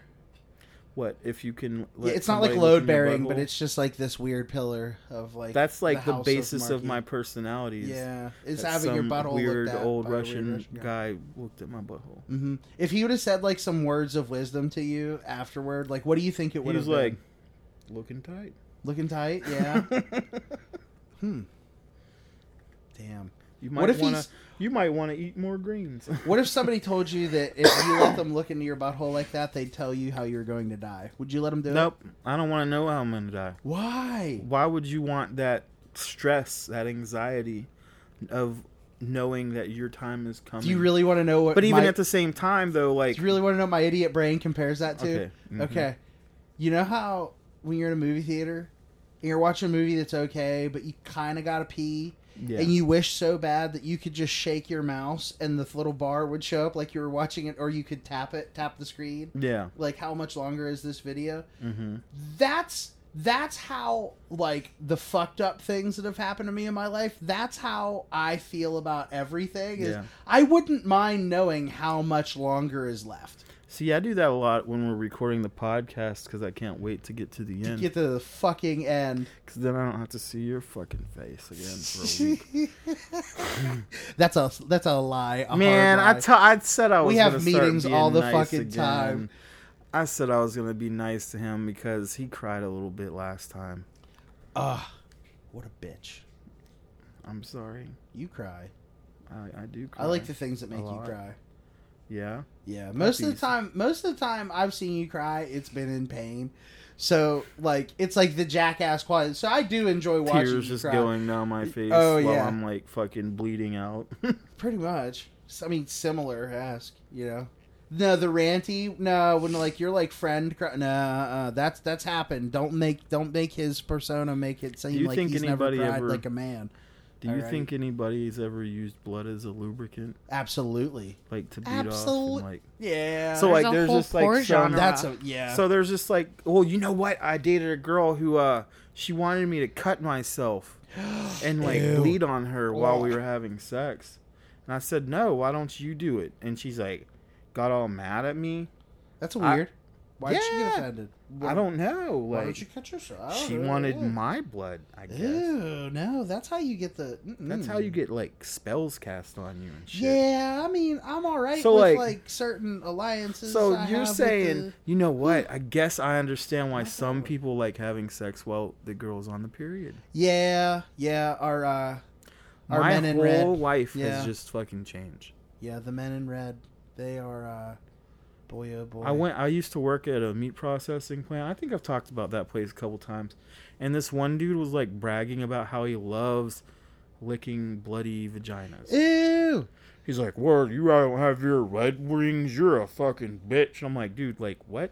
What if you can? Yeah, let it's not like somebody look load in your bearing, but butthole? it's just like this weird pillar of like. that's like the, house basis of, Marky. my personality. is Yeah, is that having your some butthole weird looked at old by a weird Russian, guy. guy looked at my butthole. hmm If he would have said like some words of wisdom to you afterward, like what do you think He it would have was been? like, Looking tight. Looking tight, yeah. hmm. Damn. You What might if wanna, he's- You might want to eat more greens. What if somebody told you that if you let them look into your butthole like that, they'd tell you how you're going to die? Would you let them do it? nope. I don't want to know how I'm gonna die. Why? Why would you want that stress, that anxiety, of knowing that your time is coming? Do you really want to know what? But even my- at the same time, though, like do you really want to know what my idiot brain compares that to? Okay, mhm. Okay. You know how when you're in a movie theater and you're watching a movie that's okay, but you kind of gotta pee, yeah. and you wish so bad that you could just shake your mouse and the little bar would show up like you were watching it, or you could tap it, tap the screen. yeah. Like, how much longer is this video? Mm-hmm. that's that's how like the fucked up things that have happened to me in my life that's how i feel about everything is Yeah. i wouldn't mind knowing how much longer is left See, I do that a lot when we're recording the podcast because I can't wait to get to the to end. get to the fucking end Because then I don't have to see your fucking face again for a week. that's a that's a lie a Man, I hard lie. t- I said I was. have gonna start meetings being all the nice fucking again. time. I said I was gonna be nice to him because he cried a little bit last time. Ugh, what a bitch I'm sorry. you cry I, I do. Cry. i like the things that A make you lot. cry Yeah. Yeah, most of the easy. time, most of the time I've seen you cry, it's been in pain. So like, it's like the jackass quality. So I do enjoy watching Tears you just cry, going down my face Oh, while yeah. I'm like fucking bleeding out. pretty much. S- I mean, similar ask, you know. No, the ranty. No, when like your like friend. Cry, no, uh, that's that's happened. Don't make don't make his persona make it seem you like think he's never anybody cried ever- like a man. do you Alright. think anybody's ever used blood as a lubricant, Absolutely. like to beat off? Absolute- And, like Yeah. so, There's like a there's whole just like horror some- genre. that's a yeah. So there's just like, well, you know what? I dated a girl who uh she wanted me to cut myself and like Ew. bleed on her while we Ugh. were having sex. And I said, "No, why don't you do it?" And she's like got all mad at me. that's I- weird. Why did she Yeah. get offended? I don't know. Why don't Like you cut yourself? she wanted Yeah. my blood, I guess. Ew, no, that's how you get the. mm-mm. That's how you get like spells cast on you and shit. Yeah, I mean, I'm all right So, with like, like- certain alliances. So I you're have with saying, the- you know what? I guess I understand why some people like having sex while the girl's on the period. yeah, yeah, our uh, our my men in whole red. life Yeah. has just fucking changed. Yeah, the men in red. They are uh, boy oh boy. I went. I used to work at a meat processing plant. I think I've talked about that place a couple times. And this one dude was like bragging about how he loves licking bloody vaginas. Ew. He's like, "Word, you don't have your red wings. You're a fucking bitch." And I'm like, "Dude, like what?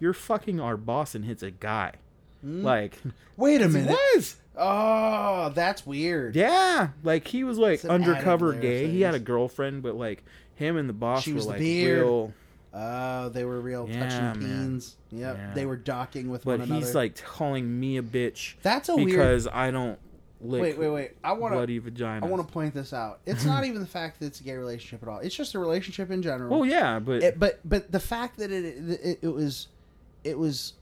You're fucking our boss and hits a guy. Hmm? Like, Wait a minute. what? Oh, that's weird. Yeah, like he was like It's an undercover added layer of gay. He had a things. girlfriend, but like him and the boss She were was the like beard. real. Oh, they were real Yeah, man. touching teens. Yep, Yeah. they were docking with But one another. he's like calling me a bitch that's a weird. because I don't lick Wait, wait, wait. I want to bloody vagina. I want to point this out. It's not even the fact that it's a gay relationship at all. It's just a relationship in general. Well, yeah, but It- but but the fact that it, it it was it was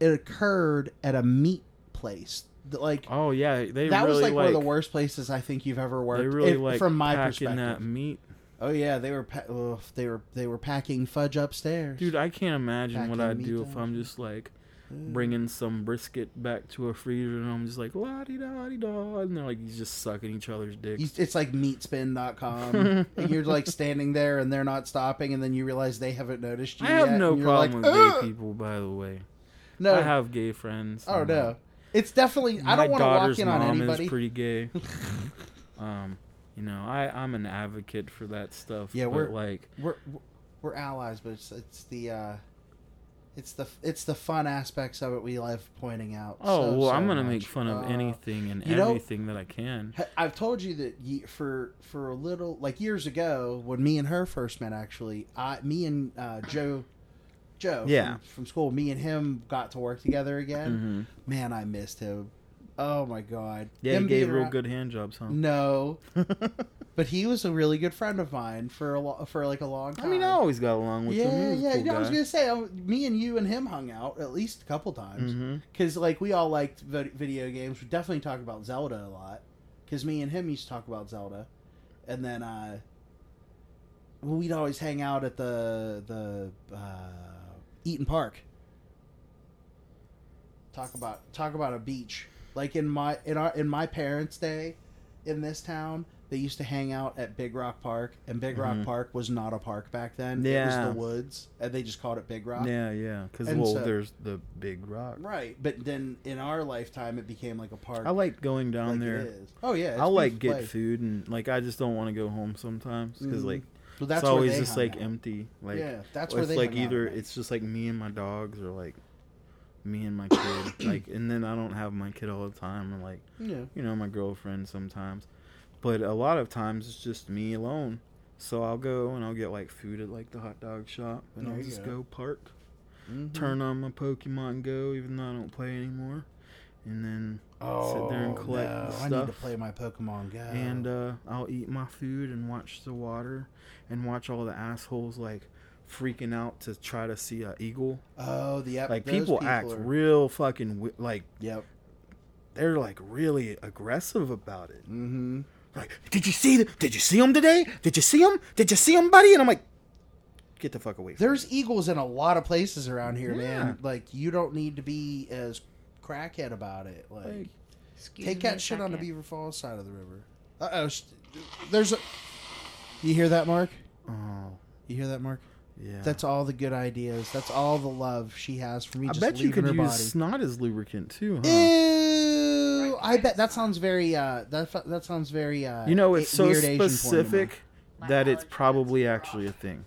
it occurred at a meat place. That, Like oh yeah, they that really was like, like, one of the worst places I think you've ever worked. They really if- like from my packing perspective. that meat, Oh yeah, they were pa- ugh, they were they were packing fudge upstairs. dude. I can't imagine what Packing I'd meat do if down. I'm just like Ugh. bringing some brisket back to a freezer and I'm just like la di da di da, and they're like just sucking each other's You- dicks. it's like meatspin.com and you're like standing there and they're not stopping and then you realize they haven't noticed you I have yet, no and you're like, problem with "Ugh!" gay people, by the way. no I have gay friends. Oh and, no, like, it's definitely. I my don't want to daughter's walk in on mom anybody. Is pretty gay. um, you know, I I'm an advocate for that stuff. Yeah, but, we're- like We're we're allies, but it's it's the uh, it's the it's the fun aspects of it we love pointing out. Oh so, well, so I'm gonna much. make fun of Uh, anything and you know- everything that I can. ha- I've told you that ye, for for a little like years ago when me and her first met. Actually, I me and uh, Joe. Joe, Yeah. from, from school, me and him got to work together again. Mhm. Man, I missed him. Oh my god! Yeah, Him he gave being real around- good hand jobs, huh? No, but he was a really good friend of mine for a lo- for like a long time. I mean, I always got along with him. He yeah, was a yeah. cool You know, I was guy. gonna say, I, me and you and him hung out at least a couple times Mhm. because like we all liked vid- video games. We definitely talked about Zelda a lot because me and him used to talk about Zelda, and then uh, we'd always hang out at the the uh, Eaton Park. Talk about talk about a beach. Like in my in our in my parents' day, in this town, they used to hang out at Big Rock Park, and Big Rock Park was not a park back then. it Yeah. was the woods, and they just called it Big Rock. Yeah, yeah. Because And well, so- there's the big rock. Right, but then in our lifetime, it became like a park. I like going down like it there. is. Oh yeah, it's I like beautiful get place. food and like I just don't want to go home sometimes because Mhm. like Well, that's it's where always they just hung like out. empty. Like Yeah, or that's where it's they like hung out. either it's just like me and my dogs or like me and my kid. like and then I don't have my kid all the time and like Yeah. you know my girlfriend sometimes, but a lot of times it's just me alone. So I'll go and I'll get like food at like the hot dog shop and There I'll you just go. Mm-hmm. go park. turn on my Pokemon Go, even though I don't play anymore, and then Mm-hmm. sit there and collect Oh, no, the I need to stuff. play my Pokemon Go. and uh, I'll eat my food and watch the water, and watch all the assholes like freaking out to try to see a eagle. oh, the yep, Like those people, act are- real fucking wi- like Yep. they're like really aggressive about it. Mm-hmm. Like, did you see? The, did you see him today? Did you see him? Did you see him, buddy? And I'm like, get the fuck away. from There's eagles in a lot of places around here, Yeah. man. Like you don't need to be as crackhead about it. Like, Like, Excuse take me a that shit on the second. Beaver Falls side of the river. Uh oh, sh- there's a. You hear that, Mark? me." Oh, You hear that, Mark? yeah. That's all the good ideas. That's all the love she has for me. I just bet you leaving could her use body. Eh, snot as lubricant too, huh? Ew! I bet that sounds very. Uh, that fu- that sounds very. Uh, You know, a- it's so weird Asian porn to me. specific that it's probably actually a thing.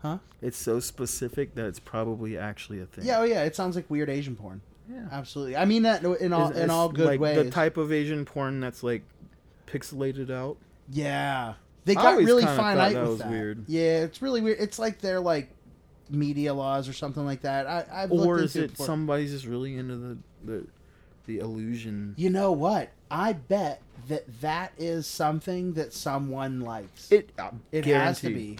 Huh? It's so specific that it's probably actually a thing. Yeah, oh yeah, it sounds like weird Asian porn. Yeah. Absolutely. I mean that in all It's- in it's all good like ways. The type of Asian porn that's like pixelated out. yeah, they I got always really kinda thought finite that with was that. weird. Yeah, it's really weird. It's like they're like media laws or something like that. I, I've Or looked is into it before. somebody's just really into the the, the illusion? You know what? I bet that that is something that someone likes. It it has to be.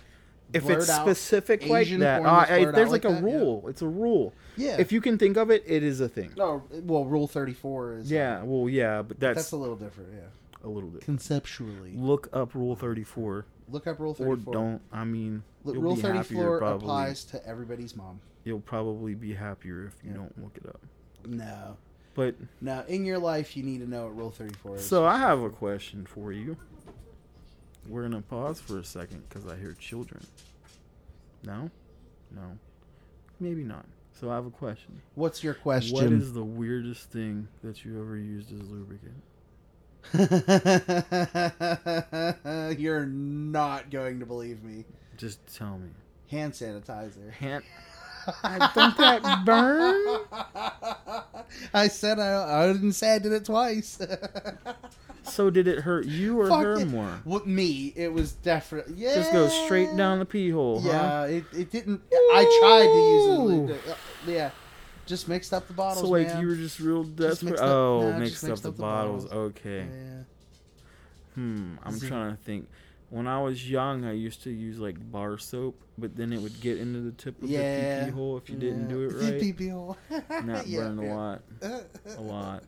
If Blurred it's out specific like Asian that, porn uh, that's I, blurred there's out like, like a that, yeah. rule. It's a rule. Yeah. If you can think of it, it is a thing. No, well, Rule Thirty Four is Yeah. Well, yeah, but that's, That's a little different. Yeah, a little bit. conceptually, Look up Rule Thirty Four. look up Rule Thirty or Four. don't. I mean, Look, you'll Rule be Thirty happier Four probably. applies to everybody's mom. You'll probably be happier if you don't look it up. No, But no. In your life, you need to know what Rule Thirty Four is. so I have a question for you. We're gonna pause for a second because I hear children. No, no, maybe not. So I have a question. What's your question? What is the weirdest thing that you ever used as lubricant? You're not going to believe me. Just tell me. Hand sanitizer. Hand. Don't that burn? I said I, I didn't say I did it twice. So did it hurt you or Fuck her it. more? What me? It was definitely yeah. Just go straight down the pee hole, huh? Yeah, it, it didn't. I tried to use it. uh, Yeah, just mixed up the bottles. So like man. you were just real desperate. mixed up- oh, nah, just mixed, up mixed the up the bottles. bottles. Okay. Yeah. Hmm. I'm Zing. trying to think. When I was young, I used to use like bar soap, but then it would get into the tip of the Yeah. pee hole if you didn't Yeah. do it right, pee hole. and that Yeah, burned yeah. a lot, a lot.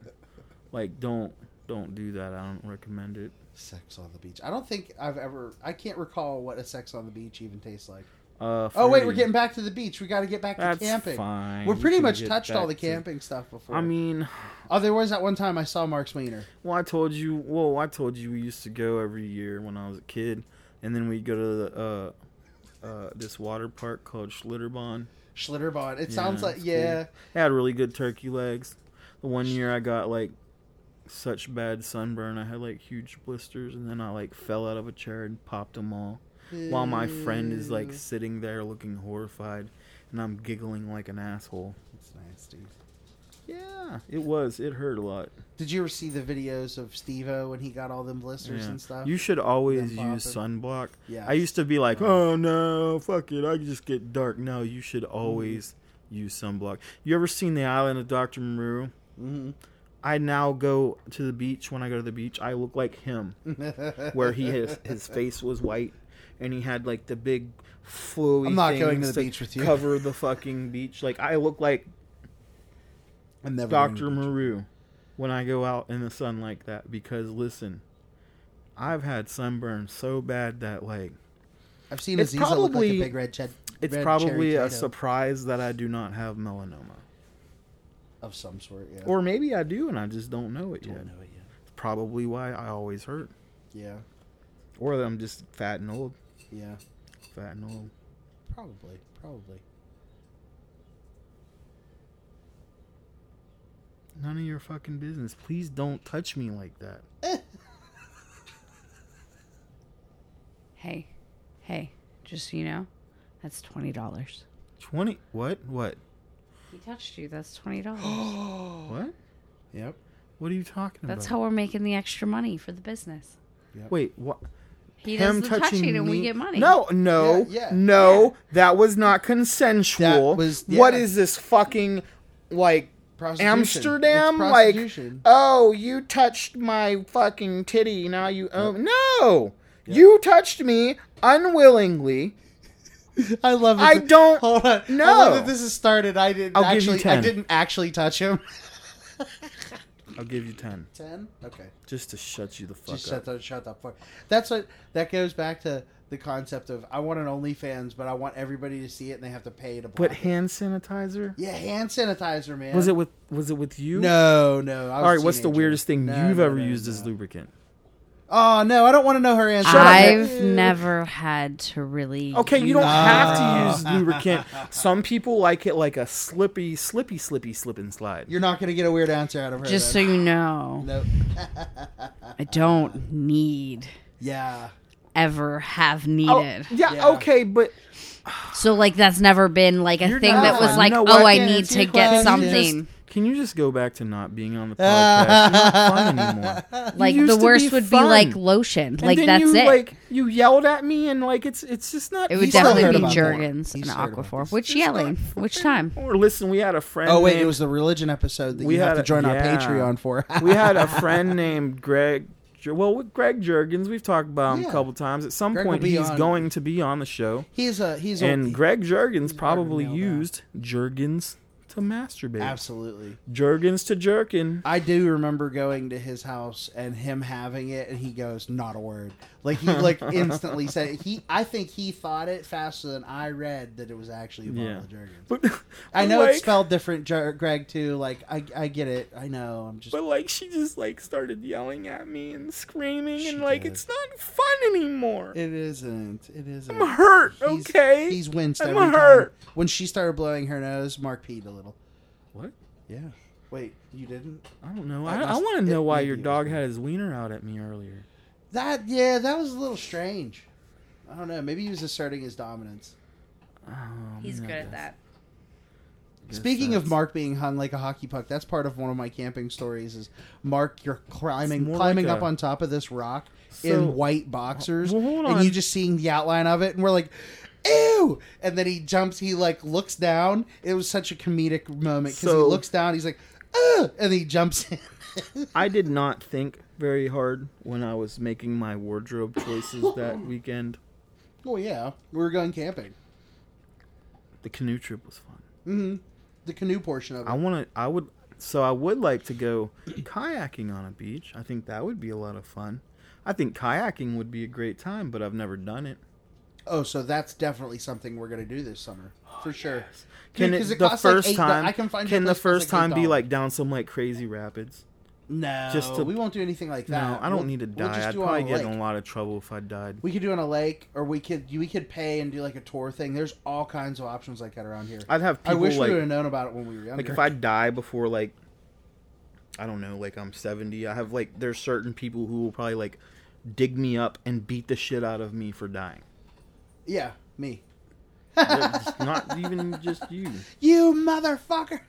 Like don't don't do that. I don't recommend it. Sex on the beach. I don't think I've ever. I can't recall what a sex on the beach even tastes like. Uh, Oh wait, we're fruity. getting back to the beach. We got to get back That's to camping. fine. We're We pretty can much get touched all back the to- camping stuff before. I mean, oh, there was that one time I saw Mark's wiener. well, I told you. Well, I told you we used to go every year when I was a kid, and then we'd go to the, uh, uh, this water park called Schlitterbahn. Schlitterbahn. It sounds like it's cool. yeah. I had really good turkey legs. The one year I got like such bad sunburn, I had like huge blisters, and then I like fell out of a chair and popped them all. While my friend is like sitting there looking horrified, and I'm giggling like an asshole. It's nasty. Yeah, it was. It hurt a lot. Did you ever see the videos of Steve-O when he got all them blisters Yeah. and stuff? You should always Them use sunblock. Yeah. I used to be like, oh no, fuck it, I just get dark. No, you should always use sunblock. You ever seen The Island of Dr. Moreau? Mhm. I now go to the beach. When I go to the beach, I look like him, where he his his face was white, and he had like the big flowy. I'm not going to things the beach with you. Cover the fucking beach. Like I look like I'm never going to Dr. Maru when I go out in the sun like that because listen, I've had sunburn so bad that like I've seen It's Aziza look like a probably- big red shed. it's red cherry probably a potato. surprise that I do not have melanoma. of some sort. Yeah. Or maybe I do and I just don't know it Don't yet. know it yet. It's probably why I always hurt. Yeah. Or that I'm just fat and old. Yeah. Fat and old. Probably. Probably. None of your fucking business. Please don't touch me like that. Hey, hey, just so you know, that's twenty dollars. 20. What? What? He touched you. That's twenty dollars. What? Yep. What are you talking about? that's how we're making the extra money for the business. Wait, what? He does the touching, and we me- get money. No, no, Yeah, yeah. no. That was not consensual. That was- What yeah. is this fucking like Prostitution. Amsterdam? It's Like, prostitution. oh, you touched my fucking titty. Now you own. No, you touched me unwillingly. I love. It. I don't Hold on. know. I love that this is started. I didn't I'll give you actually. I 10. didn't actually touch him. I'll give you 10 Ten. Okay. just to shut you the fuck Just up. shut the shut the fuck. That's what that goes back to the concept of I want an OnlyFans, but I want everybody to see it and they have to pay to. But block it. hand sanitizer? Yeah, hand sanitizer, man. Was it with was it with you? No, no. All right, what's the weirdest thing you've ever used as as lubricant? Oh no, I don't want to know her answer. up, man. I've never had to really. Okay, you don't No. have to use lubricant. Some people like it like a slippy, slippy, slippy slip and slide. You're not gonna get a weird answer out of her. Just so then. you know, no. I don't need yeah. ever have Oh, needed. yeah, Yeah. okay, but So like that's never been like a You're thing not that was fun. like, You know oh, what? I Yeah, need it's to your get question. You something. Can you just go back to not being on the podcast? You're not fun anymore. You like used the to be worst would fun. be like lotion. and like then that's you it. like you yelled at me and like it's it's just not. it would he's still heard definitely be about that. Jergens and He's heard about Aquaphor. this. Which yelling? Which time? Or listen, we had a friend. Oh wait, named- it was the religion episode that We you have had to a- join our yeah. Patreon for. we had a friend named Greg. Jer- Well, with Greg Jurgens, we've talked about him Yeah. a couple times. At some Greg will point, be he's on. going to be on the show. he's a he's a And Greg Jurgens probably nailed used Jurgens to masturbate. absolutely. Jurgens to jerkin. I do remember going to his house and him having it, and he goes, "Not a word." Like he like instantly said it. he. I think he thought it faster than I read that it was actually a bottle Yeah. of Jergens. But I know like, it's spelled different, Jer- Greg too. Like I, I get it. I know. I'm just. But like she just like started yelling at me and screaming She and like did. it's not fun anymore. It isn't. It isn't. I'm hurt, He's- okay? He's winced I'm every hurt. time. When she started blowing her nose, Mark peed a little. What? Yeah. Wait, you didn't? I don't know. That I, I must- want to know it why maybe your was dog me. had his wiener out at me earlier. That yeah, that was a little strange. I don't know. Maybe he was asserting his dominance. Oh, He's good at that. Speaking of Mark being hung like a hockey puck, that's part of one of my camping stories. Is Mark, you're climbing, It's more climbing like up a- on top of this rock So- in white boxers, Well, hold and you on. just seeing the outline of it, and we're like, "Ew!" And then he jumps. He like looks down. It was such a comedic moment because he So- looks down. He's like, "Ugh!" and he jumps in. I did not think very hard when I was making my wardrobe choices that weekend. oh yeah, we were going camping. The canoe trip was fun. hmm The canoe portion of it. I want to. I would. So I would like to go kayaking on a beach. I think that would be a lot of fun. I think kayaking would be a great time, but I've never done it. Oh, so that's definitely something we're gonna do this summer for sure. Can Dude, 'cause it, the costs, like, first eight do- time? I can find the someplace that's, first time be $8. like down some like crazy rapids? No, Just to- we won't do anything like that. No, I don't We'll- need to die. we'll just I'd do it probably on a get in lake. a lot of trouble if I died. We could do it on a lake, or we could we could pay and do like a tour thing. There's all kinds of options like that around here. I'd have I people wish like we would have known about it when we were younger. like if I die before like I don't know, like I'm 70, I have like there's certain people who will probably like dig me up and beat the shit out of me for dying. yeah, me, It's not even just you. you motherfucker!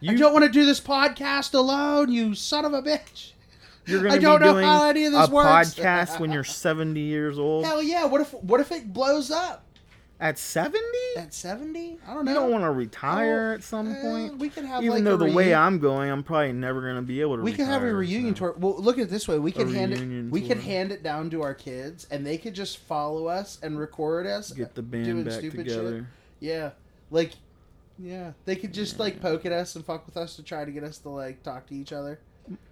you You- don't want to do this podcast alone, you son of a bitch. You're going I to be don't know doing how any of this a works. podcast when you're 70 years old. Hell yeah! What if what if it blows up At 70? You at seventy? I don't know. don't want to retire at some Uh, point. we could have even like though a the way reunion. I'm going, I'm probably never going to be able to We could have a retire, reunion so. tour. Well, look at it this way: we could hand it, reunion we could tour. hand it down to our kids, and they could just follow us and record us Get the band back together. Yeah, like, yeah, they could just like poke at us and fuck with us to try to get us to like talk to each other.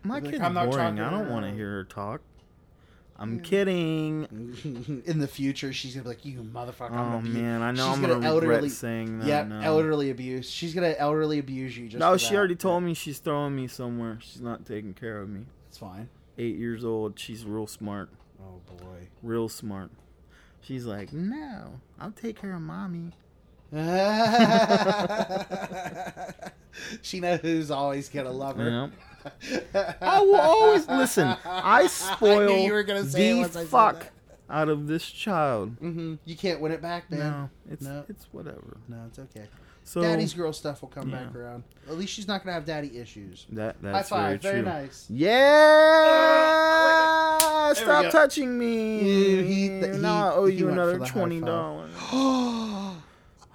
My Be like, kid's "I'm not boring. talking I to don't her." want to hear her talk. I'm kidding. In the future, she's gonna be like, "You motherfucker!" I'm Oh gonna be-" man, I know She's I'm gonna, regret elderly- saying that. Yep, now. elderly abuse. She's gonna elderly abuse you. Just No, for she that. already told me she's throwing me somewhere. She's not taking care of me. It's fine. Eight years old. She's real smart. Oh boy. Real smart. She's like, no, I'll take care of mommy. she knows who's always gonna love her. Yep. I will always listen. I spoil you were gonna say it the once I said fuck that. out of this child. hmm You can't win it back, man. No, it's No. it's whatever. No, it's okay. So Daddy's girl stuff will come yeah. back around. At least she's not gonna have daddy issues. that that's High five. very Very, true. nice. Yeah! There we Stop go. touching me. Yeah, he- th- now I he- owe he you went another for the high twenty dollars.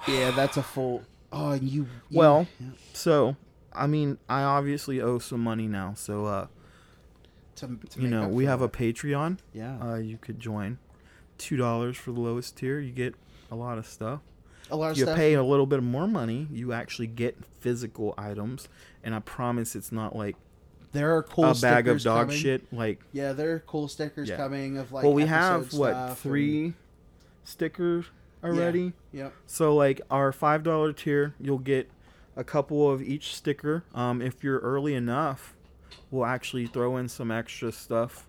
yeah, that's a full. Oh, and you. you- Well, yeah. so I mean, I obviously owe some money now. So uh, to, to you make know, up we for have a that. Patreon. Yeah. Uh, you could join. Two dollars for the lowest tier. You get a lot of stuff. a lot of If you stuff. pay a little bit more money, you actually get physical items, and I promise it's not like there are cool a bag of stickers dog coming. shit. Like, Yeah, there are cool stickers Yeah. coming of like. well, we episode have stuff what and- three stickers Yeah, already. Yep. So like our five dollar tier, you'll get a couple of each sticker. Um, if you're early enough, we'll actually throw in some extra stuff.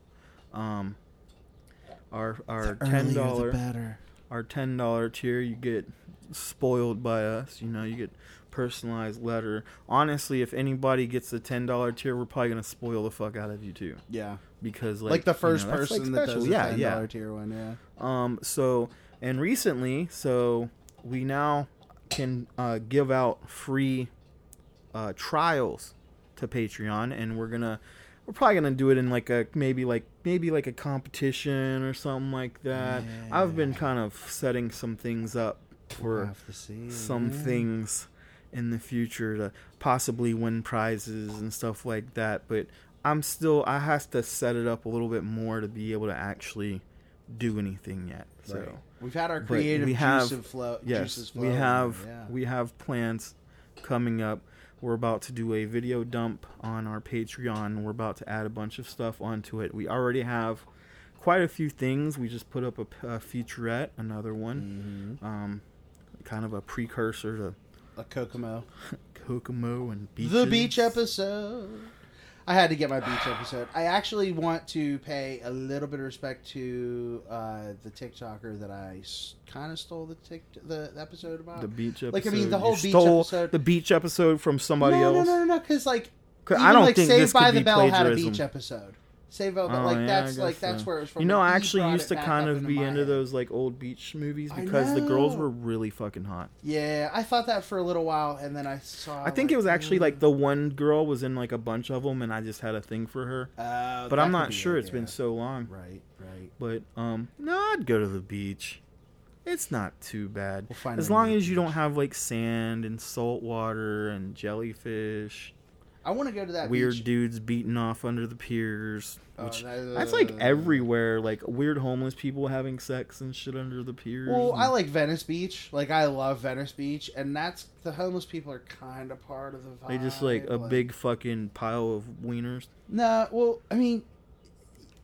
Um, our our ten dollar better. our ten dollar tier, you get spoiled by us. You know, you get personalized letter. Honestly, if anybody gets the ten dollar tier, we're probably gonna spoil the fuck out of you too. Yeah. Because like, Like, the you know, first that's, like, person that special. does yeah the ten yeah dollar tier one. Yeah. um, so, and recently, so we now can uh, give out free uh, trials to Patreon, and we're gonna we're probably gonna do it in like a maybe like maybe like a competition or something like that. I've been kind of setting some things up for We'll have to see. some things in the future to possibly win prizes and stuff like that. But I'm still I have to set it up a little bit more to be able to actually do anything yet. So Right. We've had our but creative we have juice and flow. yes, juices we flowing, have Yeah. we have plans coming up. We're about to do a video dump on our Patreon. We're about to add a bunch of stuff onto it. We already have quite a few things. We just put up a, p- a featurette, another Mm-hmm. one, um, kind of a precursor to a Kokomo. Kokomo and beaches. The beach episode. I had to get my beach episode. I actually want to pay a little bit of respect to uh, the TikToker that I kind of stole the, tick the the episode about. The beach episode. Like, I mean, the You whole beach stole episode- The beach episode from somebody no, else. no, no, no, no, because like 'Cause even, I don't like, think Saved this by could the be Bell had a plagiarism. beach episode. Saved by the Bell, Oh, like yeah, I that's guess like that's so. where it was from. You know, He I actually brought used it to back kind up of be my into head. those like old beach movies I because the girls know. were really fucking hot. Yeah, I thought that for a little while, and then I saw. I think like, it was actually mm, like the one girl was in like a bunch of them, and I just had a thing for her. uh, But that I'm could not be sure. it, It's been yeah. so long. Right, right. But um, no, I'd go to the beach. It's not too bad. We'll find as out long on the as you don't have like sand and salt water and jellyfish. I want to go to that weird beach. dudes beating off under the piers. Oh, Which that- that's like everywhere, like weird homeless people having sex and shit under the piers. Well, I and- like Venice Beach. Like I love Venice Beach, and that's the homeless people are kind of part of the vibe. they just like a big fucking pile of wieners. No, well, I mean,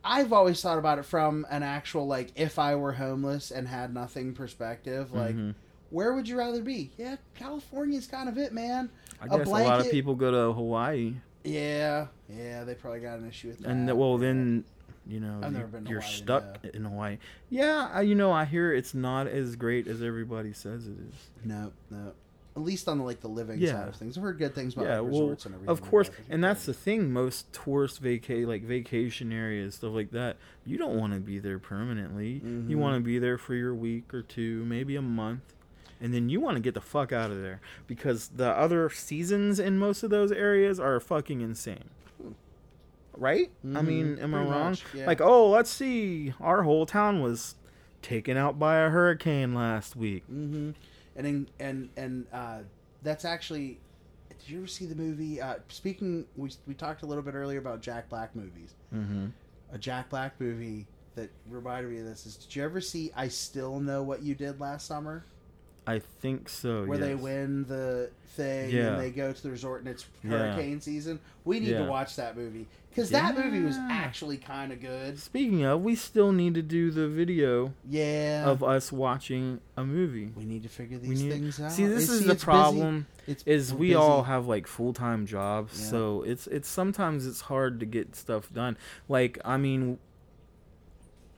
I've always thought about it from an actual like, if I were homeless and had nothing perspective, like, Mhm. where would you rather be? Yeah, California's kind of it, man. I A guess a, lot of blanket- people go to Hawaii, Yeah, yeah, they probably got an issue with that. and th- well, then you know I've you- never been to you're Hawaii, stuck in Hawaii. Yeah, I, you know, I hear it's not as great as everybody says it is. no, no. At least on the like the living Yeah. side of things, I've heard good things about yeah, like, well, resorts and everything. of like course, that, which is and that's great. the thing. Most tourist vaca like vacation areas, stuff like that. You don't want to be there permanently. You Mhm. want to be there for your week or two, maybe a month, and then you want to get the fuck out of there because the other seasons in most of those areas are fucking insane. Right? I Mhm, mean, am I pretty wrong? much, yeah. Like, oh, let's see, our whole town was taken out by a hurricane last week. Mm-hmm. And in, and and uh, that's actually. Did you ever see the movie? Uh, speaking, we we talked a little bit earlier about Jack Black movies. Mm-hmm. A Jack Black movie that reminded me of this is: Did you ever see "I Still Know What You Did Last Summer"? I think so. where they Oh, yes. win the thing Yeah. and they go to the resort and it's Yeah. hurricane season. We need Yeah. to watch that movie because that movie was Yeah. actually kind of good. Speaking of, we still need to do the video Yeah, of us watching a movie. we need to figure we these need things out. see this It's- is see, the it's busy. problem It's is we're we busy. all have like full-time jobs Yeah. so it's it's sometimes it's hard to get stuff done like i mean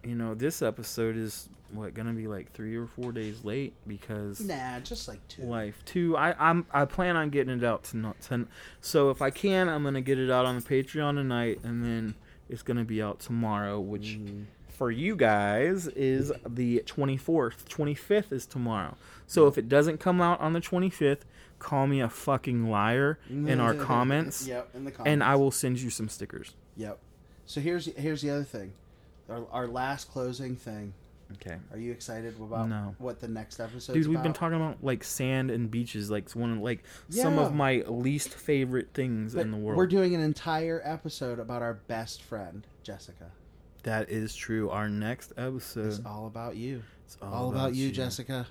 you know this episode is what gonna be like three or four days late because nah, just like two. life too i i'm i plan on getting it out tonight ton- so if i can i'm gonna get it out on the patreon tonight and then it's gonna be out tomorrow which Mm. for you guys is the 24th 25th is tomorrow Mm. so if it doesn't come out on the 25th call me a fucking liar in our comments yep, in the comments. and i will send you some stickers Yep. So here's here's the other thing, our, our last closing thing. okay Are you excited about No. what the next episode? Dude, we've been talking about like sand and beaches, like it's one of like some Yeah. of my least favorite things in the world. We're doing an entire episode about our best friend Jessica. That is true. Our next episode It's is all about you. all about, you, Jessica.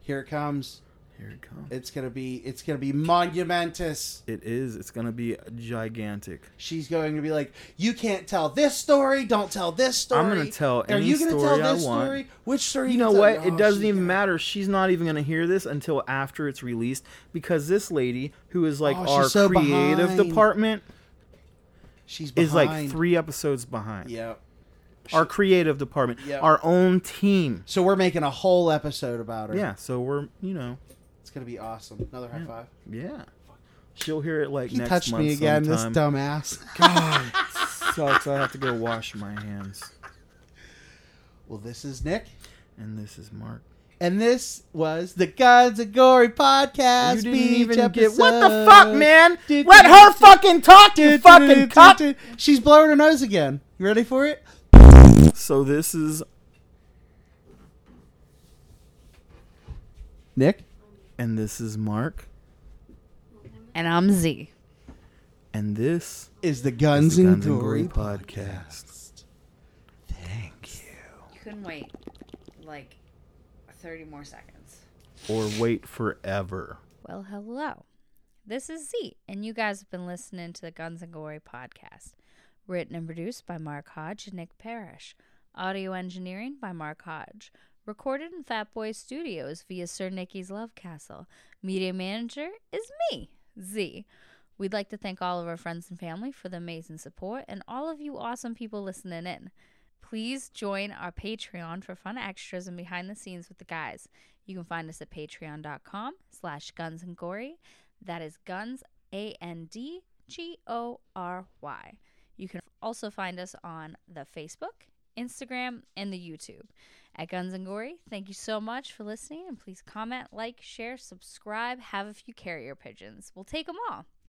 Here it comes. Here it comes. It's gonna be it's gonna be monumentous. it is. It's gonna be gigantic. She's going to be like, you can't tell this story. Don't tell this story. I'm gonna tell Are any you gonna story tell I this want. story? Which story? You gonna know tell? what? No, It doesn't she's even gonna- matter. She's not even gonna hear this until after it's released because this lady, who is like Oh, she's our so creative behind. department, She's behind. is like three episodes behind. Yep. Our creative department, Yeah. our own team. So we're making a whole episode about her. Yeah. So we're you know It's gonna be awesome. Another high five. yeah. She'll hear it like He next touched month me again. sometime. This dumbass. God, it sucks. I have to go wash my hands. well, this is Nick, And this is Mark. and this was the Guns and Gory podcast. You didn't Beach even get- What the fuck, episode. man? Dude, Let dude, her dude, fucking talk, you dude, fucking dude, cunt. dude, dude. She's blowing her nose again. You ready for it? So this is Nick. and this is Mark And I'm Z. and this is the is Guns, the and, Guns and Glory Glory podcast. podcast. Thank You couldn't wait like 30 more seconds. you. Or wait forever. Well, hello. This is Z, and you guys have been listening to the Guns and Glory podcast. Written and produced by Mark Hodge and Nick Parrish. Audio engineering by Mark Hodge. Recorded in Fat Boy Studios via Sir Nicky's Love Castle. Media manager is me, Z. We'd like to thank all of our friends and family for the amazing support and all of you awesome people listening in. Please join our Patreon for fun extras and behind the scenes with the guys. You can find us at patreon.com slash guns and gory. That is guns, A N D G O R Y. You can also find us on the Facebook, Instagram, and the YouTube at Guns and Gory. Thank you so much for listening, and please comment, like, share, subscribe, have a few carrier pigeons. We'll take them all.